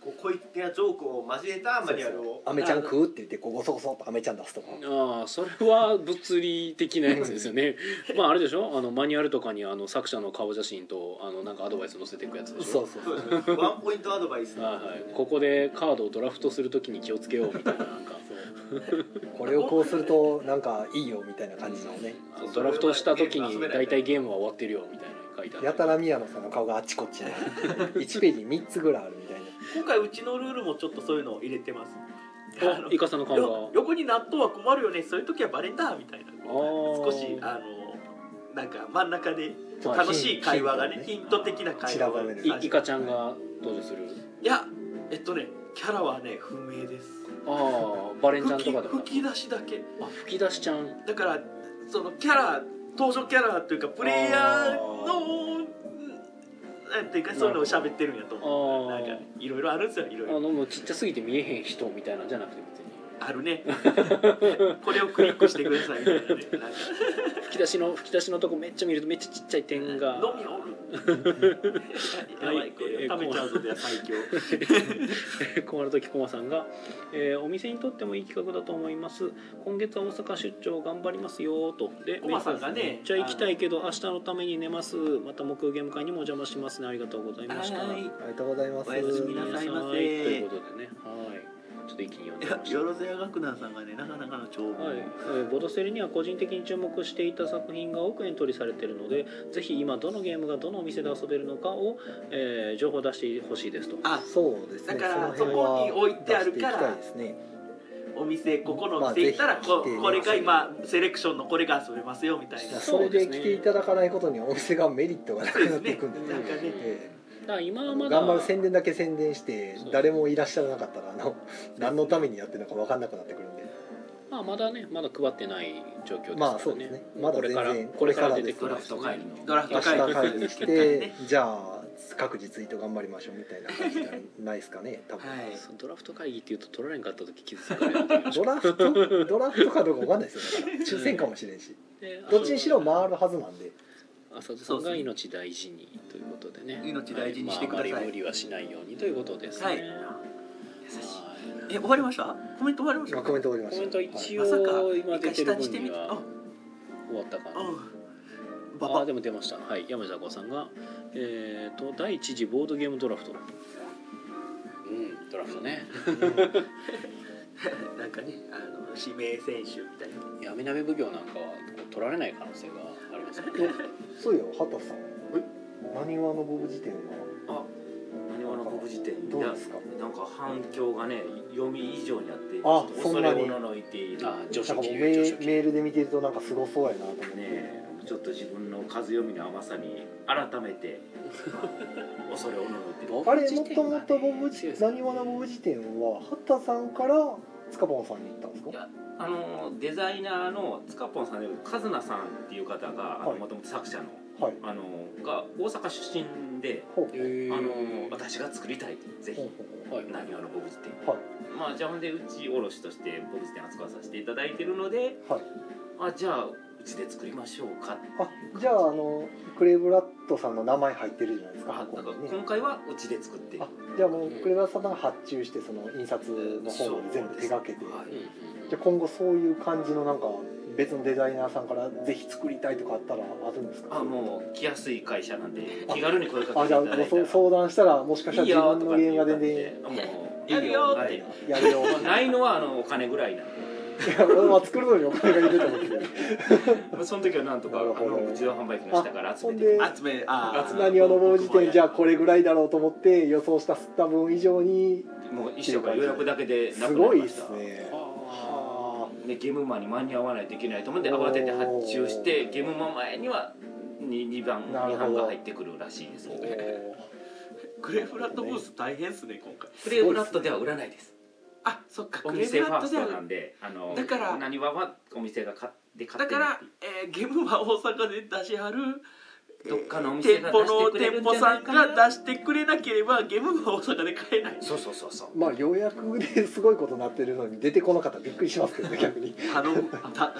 S5: こう小粋なジョークを交えたマニュアルを
S2: アメちゃん食うって言ってこうゴソゴソっとアメちゃん出すとか
S1: ああそれは物理的なやつですよね まああれでしょあのマニュアルとかにあの作者の顔写真とあのなんかアドバイス載せていくやつでしょ
S2: そうそう
S5: そうですねワンポイントアドバイス
S1: はいはい、ここでカードをドラフトするときに気をつけようみたいななんか
S2: これをこうするとなんかいいよみたいな感じのね
S1: うんドラフトした時に大体ゲームは終わってるよみたいなの書いてある
S2: やたら宮野さんの顔があっちこっちに1ページに3つぐらいあるみたいな
S3: 今回うちのルールもちょっとそういうのを入れてますあ
S1: あイカさんの
S3: の
S1: 顔
S3: よ
S1: が
S3: 横に納豆は困るよねそういう時はバレたみたいな
S1: ー
S3: 少しあのなんか真ん中で
S2: ちょっと
S3: 楽しい会話がね
S2: ヒ
S3: ヒ
S2: ン
S3: ント的な会話
S2: 散らば
S3: が
S2: める
S1: いイカちゃんが登場する
S3: いやえっとねキャラはね不明です
S1: ああバレンちゃん
S3: 吹
S1: とか
S3: き
S1: だ
S3: 吹き出しだけ
S1: あ吹き出しちゃん
S3: だからそのキャラ登場キャラというかプレイヤーのなんていうかそういうのを喋ってるんやと思う
S1: あ
S3: な
S1: ー
S3: んかねいろいろあるんですよいろい
S1: あ
S3: ろ
S1: のもうちっちゃすぎて見えへん人みたいなんじゃなくて別に
S3: あるね これをクリックしてくださいみたいなねなんか
S1: 吹き出しの吹き出しのとこめっちゃ見るとめっちゃちっちゃい点が
S3: 飲みお るやばいこれ食べちゃうぞでは最強
S1: 困る時コマさんが、えーお店にとってもいい企画だと思います今月は大阪出張頑張りますよ」とで
S3: コマさんがね
S1: めっちゃ行きたいけど明日のために寝ますまた木曜ゲーム会にもお邪魔しますねありがとうございました
S3: はい
S2: ありがとうございます
S3: おやすみなさいませ
S1: ということでねはいちょっと一気に読んでみま
S3: い
S1: した
S3: やよろずや学団さんがねなかなかの長文、
S1: はい、えーボドセルには個人的に注目していた作品が多くエントリーされているのでぜひ今どのゲームがどのお店で遊べるのかを、えー情報を出してほしいですと
S3: あ
S2: そうですね
S3: だから
S2: の辺は
S3: そこに置いてあるか
S2: 出していき
S3: ら
S2: たいですね
S3: お店ここの
S2: ま
S3: お
S2: あ
S3: 店行ったら、
S2: ぜひ
S3: こ
S2: 来て
S3: これが今セレクションのこれが遊べますよみたいな
S2: それで来ていただかないことにお店がメリットがなくなっていくんで
S3: なんかね
S2: え
S1: だから今は
S2: え
S1: まだ
S2: 頑張る宣伝だけ宣伝して誰もいらっしゃらなかったらあの何のためにやってるのか分かんなくなってくるんで
S1: まあ、まだねまだ配ってない状況ですからね,、
S2: まあそうですねまだ
S1: これから
S2: 全然
S1: これから出て
S2: こ
S1: く
S4: ド
S1: る
S4: ラフト会議の
S3: ドラフ
S2: 明
S3: ト
S2: 日
S3: 会議
S2: 会議してじゃあ各自ツイート頑張りましょうみたいな感じじゃないですかね多分、
S3: はい
S1: そのドラフト会議っていうと取られんかった時気づかれるっていう
S2: ドラフトドラフトかどうかわかんないですよだから抽選かもしれんし
S1: で
S2: どっちにしろ回るはずなんで
S1: 浅田さんが命大事にということでね
S3: 命大事にしてください
S1: まああまり無理はしないようにということですね、
S3: はい優しいえ終わりましたコメント終わりまし
S2: 今
S3: た
S2: コメント終わりまし
S1: コ
S2: た
S1: メント一
S3: まさか
S1: 応今出て
S3: 一
S1: る
S3: 回下地
S1: 分
S3: て
S1: に
S3: みてあ
S1: は終わったかな
S3: うんバ
S1: あ
S3: バ
S1: でも出ましたはい山下孝さんがえっ、と第一次ボードゲームドラフトうんドラフトね
S3: なんかねあの指名選手みたいな
S1: 闇鍋奉行なんかは取られない可能性がありますよ ね
S2: そうよ畑さんなにわのボブ辞典は
S6: 何わの国辞典
S2: どう
S6: な
S2: ですか
S6: なんか反響がね読み以上にあって
S2: あ
S6: ちょっ
S2: そ
S6: と
S2: ん
S6: 恐
S2: な
S6: れ
S2: に
S6: おののいている
S1: あ
S6: ね
S1: 女子
S2: なんかもう
S1: 級
S2: メ
S1: 女子
S2: ーメ
S1: 級
S2: ールで見てるとなんかすごそうやなと思って、
S6: えちょっと自分の数読みの甘さに改め てあ恐れおののいてる
S2: あれもともとボブ辞なにわのボブ辞典は畑さんから塚本さんに行ったんですか
S6: いやあのデザイナーの塚ぽんさんでカズナさんっていう方が
S2: はい
S6: もともと作者の
S2: はい
S6: あのが大阪出身で
S2: ほう
S1: えー
S6: あの私が作りたいぜひ
S2: ほうほ
S1: は
S2: う
S1: い
S6: なにわの僕辞典
S2: ほうはい
S6: まあじゃあほんでうち卸として僕辞典扱わさせていただいてるので、
S2: はい
S6: あじゃあうちで作りましょうか
S2: あじゃああのクレイブラッドさんの名前入ってるじゃないですか
S6: あ
S2: 箱
S6: だから
S2: にね
S6: 今回はうちで作って
S2: あじゃあもうクレイブラッドさんが発注してその印刷の方を全部手掛けて
S6: はい
S1: うんうんうん
S2: じゃあ今後そういう感じのなんか別のデザイナーさんからぜひ作りたいとかあったらあるんですか
S6: あもう来やすい会社なんで気軽に声かけて
S2: あ
S6: い
S2: じゃ
S6: た
S2: あ
S6: だいた
S2: そ
S6: ら
S2: う相談したらもしかしたら
S6: いいよ
S2: 自分
S6: とか
S2: の
S6: って
S2: ゲー
S6: 言
S2: ム
S6: っ
S2: が全然
S3: やるよ
S6: たんでもうは
S3: って
S6: い
S2: やるよ
S6: まあないのはあのお金ぐらいなんで
S2: いや俺は作るのにお金がいると思って る
S6: まあその時はなんとかあ
S2: なる
S6: の
S2: ほど
S6: 自動販売機の下から集
S2: ほ
S6: め
S2: ん
S6: て
S2: で
S3: 集めあ
S6: 集め
S2: 何をのぼう時点じゃあこれぐらいだろうと思って予想した吸った分以上に
S6: もう一生から予約だけでなくな
S2: す
S6: り
S2: ごい
S6: ま
S2: で
S6: した
S2: すね
S1: は
S6: でゲームマンに間に合わないといけないと思って慌てて発注してゲームマン前には 2, 番
S2: なるほ
S6: 2
S2: ど
S6: 班が入ってくるらしいですけど
S3: クレフラットブース大変っすね今回
S6: プレイブラッドでは売らないです
S3: あそっか
S6: お
S3: クレフ
S6: 店フ
S3: ラッ
S6: ァー
S3: ト
S6: ス
S3: で
S6: ト
S3: は
S6: なんであの
S3: だから
S6: 何ははお店が買って買
S3: だ
S6: ってる
S3: から、えーゲームは大阪で出しはる
S6: どっかのお店
S3: 店
S6: が
S3: 舗
S6: 出し
S3: の
S6: てくれる
S3: 店
S6: んじ
S3: 舗
S6: ゃな
S3: さ
S6: い
S3: ん
S6: かな
S3: が出してくれなければゲームは大阪で買えない
S6: そうそうそうそう
S2: まあ予約です ごいことになってるのに出てこなかったらびっくりしますけどね逆 に
S3: 頼むあた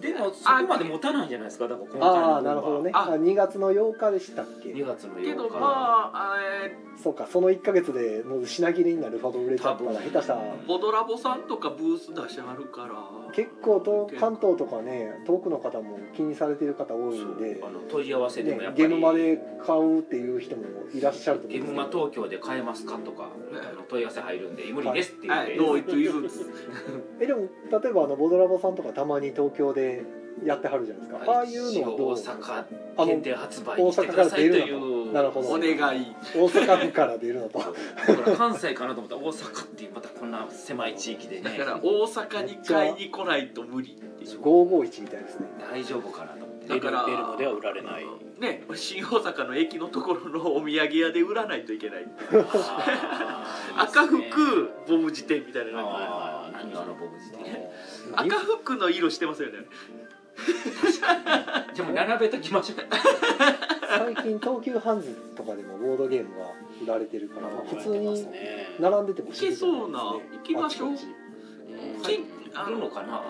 S6: でもそこまで持たないんじゃないですかだから今回の分は
S2: ああなるほどね
S3: あ
S2: 2月の8日でしたっけ
S6: 2月の8日
S3: けどまああえ
S2: そうかその1か月でもう品切れになるファド売れちゃったら下手したら
S3: ーボドラボさんとかブース出しはるから
S2: 結構と関東とかね遠くの方も気にされてる方多いんで、ね
S6: そうあの問い合わせでもやっぱ
S2: ゲ
S6: り、
S2: ームまで買うっていう人もいらっしゃると思
S6: ゲ
S2: うんです
S6: ーム
S2: け
S6: マ
S2: ど
S6: 東京で買えますかとかあの問い合わせ入るんで無理ですって言っ
S3: は
S6: て、
S3: いノーイットイズツ
S2: えでも例えばあのボドラボさんとかたまに東京でやってはるじゃないですか、ああいうのはどう
S6: 大阪
S2: あの
S6: 限定発売にしてくださいとい
S2: 大阪か
S6: う
S2: ら出るのとなるほど
S3: お願い
S2: 大阪府から出るのと
S6: だから関西かなと思ったら大阪っていうまたこんな狭い地域でね
S3: だから大阪に買いに来ないと無理っていう
S2: 551みたいですね
S6: 大丈夫かなと思って
S1: 出
S3: だ
S1: る
S3: から
S1: 出るのでは売られない
S3: ね新大阪の駅のところのお土産屋で売らないといけない赤服ボム辞典みたいなのが
S6: ああ何があのボブ時点
S3: 赤服の色してますよね
S6: でも並べときましょう
S2: 最近東急ハンズとかでもボードゲームが売られてるから普通に
S1: ね
S2: 並んでても不思議じゃないですね
S3: いけそうな行きましょう
S2: あちこち
S3: 金
S6: あるのかなあ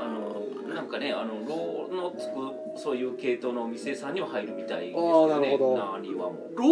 S6: のなんかねあのローのつくそういう系統のお店さんには入るみたいです
S2: あ
S6: よ
S2: ーなる
S6: ね
S2: ほど
S6: 何はも
S3: ロー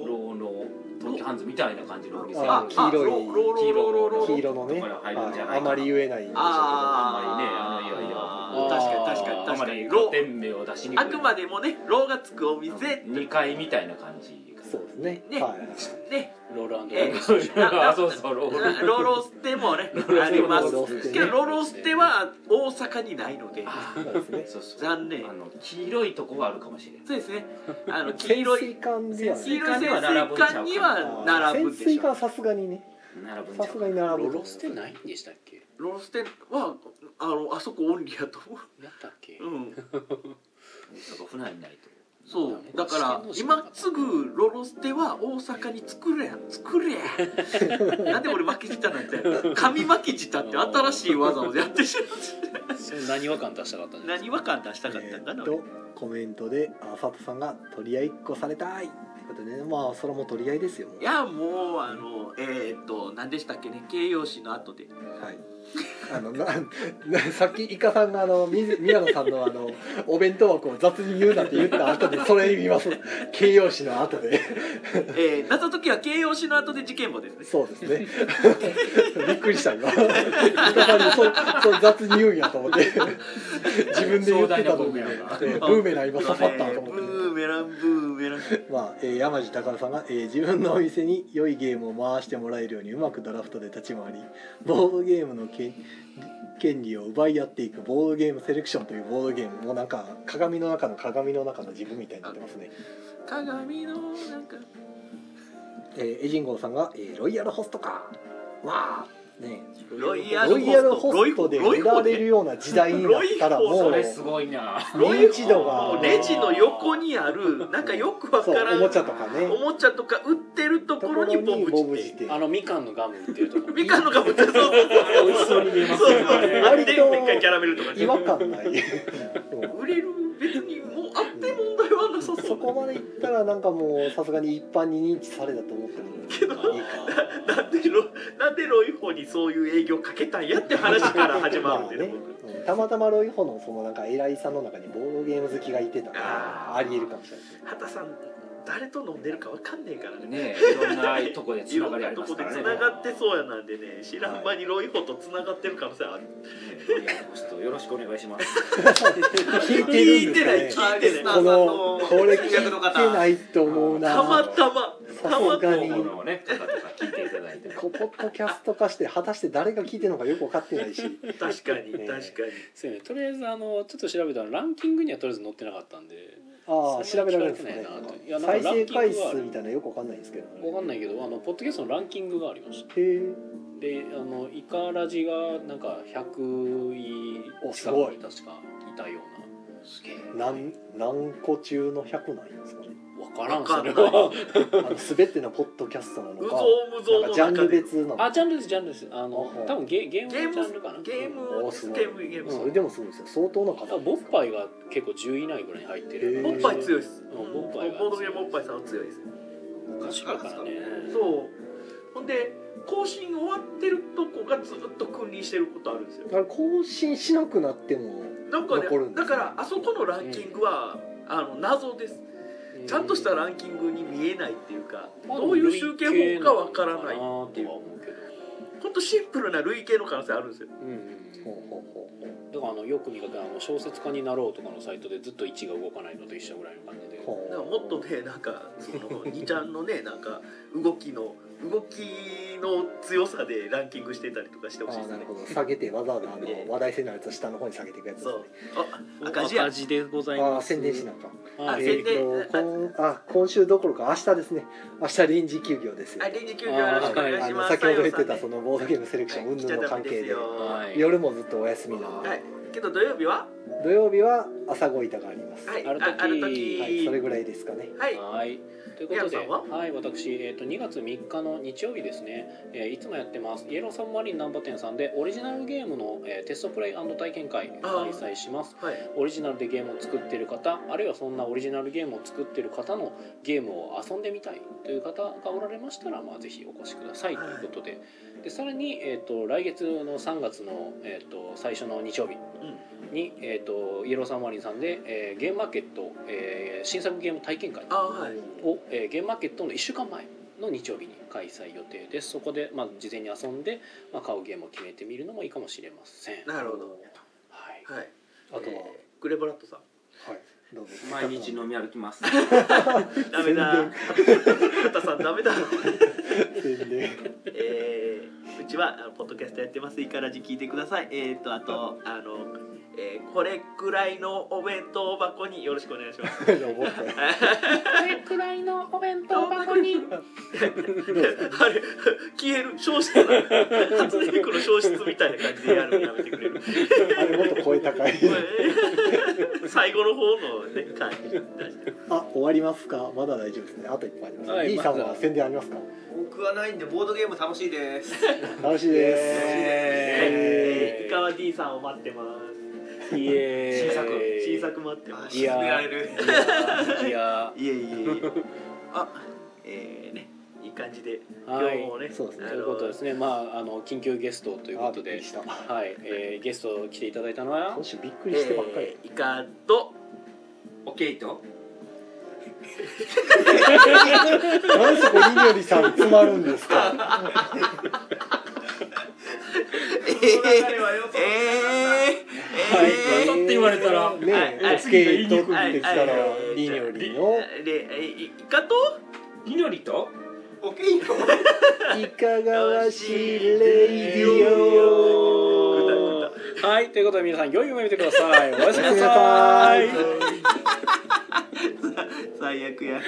S6: うローの東京ハンズみたいな感じのお店
S2: あ
S3: あ
S2: 黄色い
S3: ローローローローローロー
S2: 黄色のね
S6: とかに入るんじゃないかな
S2: ああまり言えないんでしょうけど
S6: あんまりねあのいやいや
S3: 確かに確かに
S6: あ
S3: 確
S6: ま
S3: かに
S6: り
S3: ロー
S6: 店名を出しにくい
S3: あくまでもねローがつくお店
S6: 2階みたいな感じが
S2: そうですね
S3: ね
S2: はい
S3: ね
S1: ロールアンドロー
S3: え
S1: ル
S6: そうそうあそうそうロール
S3: ローローステもねあります
S2: ローロステね
S3: けどローローステは大阪にないので
S2: そうですね
S6: そうそう
S3: 残念
S6: あの黄色いとこはあるかもしれない
S3: そうですねあの黄
S2: 潜
S3: 色い
S2: 水艦ではない
S3: 黄色い潜水艦には並
S2: 潜
S3: ぶんで
S2: 水
S3: しょ
S2: 艦さすがにね
S6: 並ぶんち
S2: さ
S6: ゃ
S2: す
S6: う
S2: が
S6: か
S2: に並ぶ
S1: ロロスってないんでしたっけ
S3: ローローステはあのあそこオンリーやと思
S1: やったっけ
S3: ううん
S6: そこ船にないと
S3: そうだから今すぐロロステは大阪に作れや作れやなんで俺巻き舌なんて紙巻き舌って新しい技をやってしまって
S1: それ何話感出したかったんです
S3: 何違和感出したかったんだ
S2: えー
S3: な、
S2: っとコメントであ佐藤さんが「取り合いっこされたい」ってことでねまあそれも取り合いですよ
S3: いやもうあのえーっと何でしたっけね形容詞の後で
S2: はいあのななさっきイカさんがあのみ宮野さんのあのお弁当箱を雑に言うなって言った後でそれ見ます形容詞の後で
S3: えー、謎解きは形容詞の後で事件簿ですね
S2: そうですね びっくりした今イカさんにそうそう雑に言うんやと思って自分で言ってたのに、えーブーメラン今刺さったと思って
S3: ブーメランブーメラン
S2: まあえー山地隆さんが、えー自分のお店に良いゲームを回してもらえるようにうまくドラフトで立ち回りボードゲームの権権利を奪い合っていくボードゲームセレクションというボードゲームもうなんか鏡の中の鏡の中の自分みたいになってますね、
S3: 鏡のなんか
S2: えー、エジンゴーさんが、えーロイヤルホストかわあね
S3: ロイヤルホ
S2: ロ
S3: スト
S2: イヤルホストで
S3: ロイ
S2: 売られるような時代になったらも
S6: そうれすごいな
S2: 認知度
S3: も
S2: が
S3: うレジの横にあるなんかよくわ
S2: そ
S3: から
S2: うんおもちゃとかね
S3: おもちゃとか売ってるところにボブ
S2: ボブ
S3: チ
S2: ジ
S3: っ
S2: ってて
S1: あのみかんのガム売っていうと こ
S3: みかんのかぶってそうそう
S6: あれ美味しそうに見えます
S3: そうそう
S6: よ
S3: で
S6: ね
S3: でっかいキャラメルとか
S2: 違
S3: ね
S2: 和感ないうん
S3: 売れる別にもうあって問題はなさそ
S2: そうこまでいったらなんかもうさすがに一般に認知されたと思ってもいい か
S3: なんでロなんでロイホにそういう営業かけたんやって話から始まるんで
S2: ま
S3: ね
S2: あねうんたまたまロイホのそのなんか偉いさんの中にボードゲーム好きがいてたから
S3: あー
S2: ありえるかもしれないですね
S3: 畑さん誰と飲んでるかわかんねえからね
S6: ねいろんなとこで
S3: い
S6: つな
S3: ろ
S6: が
S3: ん
S6: りあ
S3: な
S6: り
S3: と
S6: ま
S3: こ
S6: す
S3: で
S6: からね
S3: つながってそうやなんでね知らん間にロイホとつながってる可能性ある
S4: ロイヤルホストよろしくお願いします。
S2: 聞いてるんですかね
S3: 聞いてない聞いてない
S2: このこれ聞い
S5: 客の方
S2: てないと思うな
S3: たまたま
S2: さ
S3: たますた
S2: が
S3: ま
S2: に
S6: このね、とかとか聞いていただいて。
S2: こポッドキャスト化して果たして誰が聞いてるのかよく分かってないし
S3: 確かに確
S2: ね
S3: かに
S1: そうねとりあえずあのちょっと調べたらランキングにはとりあえず載ってなかったんで
S2: ああ調べられるんですね
S1: そんなに聞かれてないなといやなん
S2: 再
S1: かランキングはあ
S2: 生
S1: る
S2: 回数みたいなのよく分かんないんですけど
S1: 分かんないけどあのポッドキャストのランキングがありました
S2: へえ
S1: であのイカラジがなんか100位
S2: おす
S1: 近く
S2: ごい
S1: に確かいたよう
S6: すげえ。
S2: 何何個中の100なんですかね
S1: な分からん
S3: わか
S1: そ
S3: んな
S1: れ
S3: い
S1: は
S2: あの全てのポッドキャストなの
S3: 無
S2: か
S3: 造無造
S2: なん
S3: の
S2: かジャン
S3: 中
S2: ル
S3: で
S2: 別なの
S1: あジャンルですジャンルですあの
S2: あ
S1: 多分ゲゲーム
S3: ゲー
S1: の
S3: ム
S1: ジャンルかな
S3: ゲーム
S2: おーすごい
S3: ゲームゲーム
S2: それでもすごいですよ相当な方
S1: ボッパイが結構10位以内ぐらいに入ってる
S2: へ
S3: ボ
S2: ー
S3: ッパイ強いです
S1: ん
S3: ボ
S1: ボ
S3: ッ
S1: ッ
S3: パ
S1: パ
S3: イ
S1: イ
S3: ボ
S1: は
S3: ードゲームボッパイさんは強いです
S1: 賢いからね
S3: そうほんで更新終わってるとこがずっと君臨してることあるんですよ
S2: あれ更新しなくなっても
S3: なんかね
S2: 残るんで
S3: だ
S2: す
S3: からあそこのランキングは、あの謎です
S1: う
S3: ちゃんとしたランキングに見えないっていうか、どういう集計法かわからないっていう
S1: まあでも類型なのかなとは思うけど
S3: ほんとシンプルな類型の可能性あるんですよ
S1: うん
S2: ほうほうほうほ
S1: だからあのよく見かけるあの小説家になろうとかのサイトでずっと1が動かないのと一緒ぐらいの感じで
S2: うほう
S3: だからもっとねなんかその2ちゃんのねなんか動きの動きの強さでランキングしてたりとかしてほしい
S2: あ
S3: で
S2: あ
S3: す
S2: な
S3: ね
S2: るほど下げてわざわざあ
S3: ええ
S2: の話題性のやつを下の方に下げていくやつです
S3: そう
S2: ね
S3: あ赤字や
S1: 赤字でござい
S2: あ
S1: ま
S2: あ
S1: す
S2: 宣伝しなあかん
S1: は
S3: あ
S1: い
S2: え
S3: 宣伝
S2: ーと今あ今週どころか明日ですね明日臨時休業ですよ
S3: あ臨時休業よろしくお願い
S2: あ
S3: し
S2: の
S3: ます
S2: 先ほど言ってたそ
S3: の
S2: のボードゲームセレクション云々の関係で
S1: はい
S2: 夜もずっとお休みなの
S3: は
S2: で
S3: いけど土曜日は
S2: 土曜日は朝ごいたがあります
S3: はい
S1: ある時
S3: あある時
S2: はいそれぐらいですかね
S3: はい
S1: はいということで、
S3: 宮野さん
S1: はい、私、えー、と2月3日の日曜日ですね、えーいつもやってます、イエローサンマリンナンバ店さんで、オリジナルゲームの、えーテストプレイ体験会、開
S3: あー
S1: 催します。
S3: はい
S1: オリジナルでゲームを作っている方あるいはそんなオリジナルゲームを作っている方のゲームを遊んでみたいという方がおられましたら、まあ、ぜひお越しくださいと
S3: はい
S1: いうことで,、でさらに、えー、と来月の3月の、えー、と最初の日曜日に、えー、とイエローサンマリンさんで、えーゲームマーケット、えー新作ゲーム体験会
S3: あはい
S1: を、えーゲームマーケットの1週間前の日曜日に開催予定ですそこで、まあ、事前に遊んで、まあ、買うゲームを決めてみるのもいいかもしれません、
S3: なるほど
S1: はい、
S3: はい
S2: あとは
S3: えーグレブラッ トさん
S2: はいどうぞ
S6: 毎日飲み歩きます。
S3: ダメだ畑さんダ メだ
S2: 宣伝
S3: えーうちはあのポッドキャストやってますいからじ聞いてくださいえっ、とあとあの、えーこれくらいのお弁当箱によろしくお願いしますあれ消える消失だ初音ミクの消失みたいな感じでやるのやめてくれる
S2: あれもっと声高い
S3: 最後後の方のね回出して
S2: あ終わりますかまだ大丈夫ですねあと一本あります、
S1: はい
S2: D さん
S1: ま
S2: は
S1: だ
S2: 宣伝ありますか
S5: 僕はないんでボードゲーム楽しいです。
S2: 楽しいです、
S1: えー
S3: イカは D さんを待ってます
S1: イエーイ
S6: 新作
S3: 新作待ってます
S1: いやー
S5: 進められる。
S1: いや
S3: いえいえいえあえー、ねいい感じで
S1: ー
S3: 今
S1: は
S3: 日
S1: い
S3: もね
S2: そうですね
S1: ということですすねまああの緊急ゲストという
S2: あ
S1: こと
S2: びっく
S1: で
S2: りした
S1: はい、えー、ゲスト来ていただいたのは
S2: 今週びっくりしてばっかり
S3: え、ー、イカと
S5: オッケーと。
S2: なんでそこにのりさん詰まるんですか
S3: ええ
S1: はい
S3: えー
S6: だって言われたら
S2: ねえ、
S3: はい
S2: オッケーとって
S3: はい
S2: 言ってきたら
S3: はいはい
S2: ニニョリの
S3: でえーイカと
S6: いのりと
S5: オッケーと。
S2: いかがわしいレイディオ
S1: はいということで皆さん良い夢見てくださいおやすみな
S2: おや
S1: さ
S2: すみなさ
S1: い
S2: い
S3: 最悪や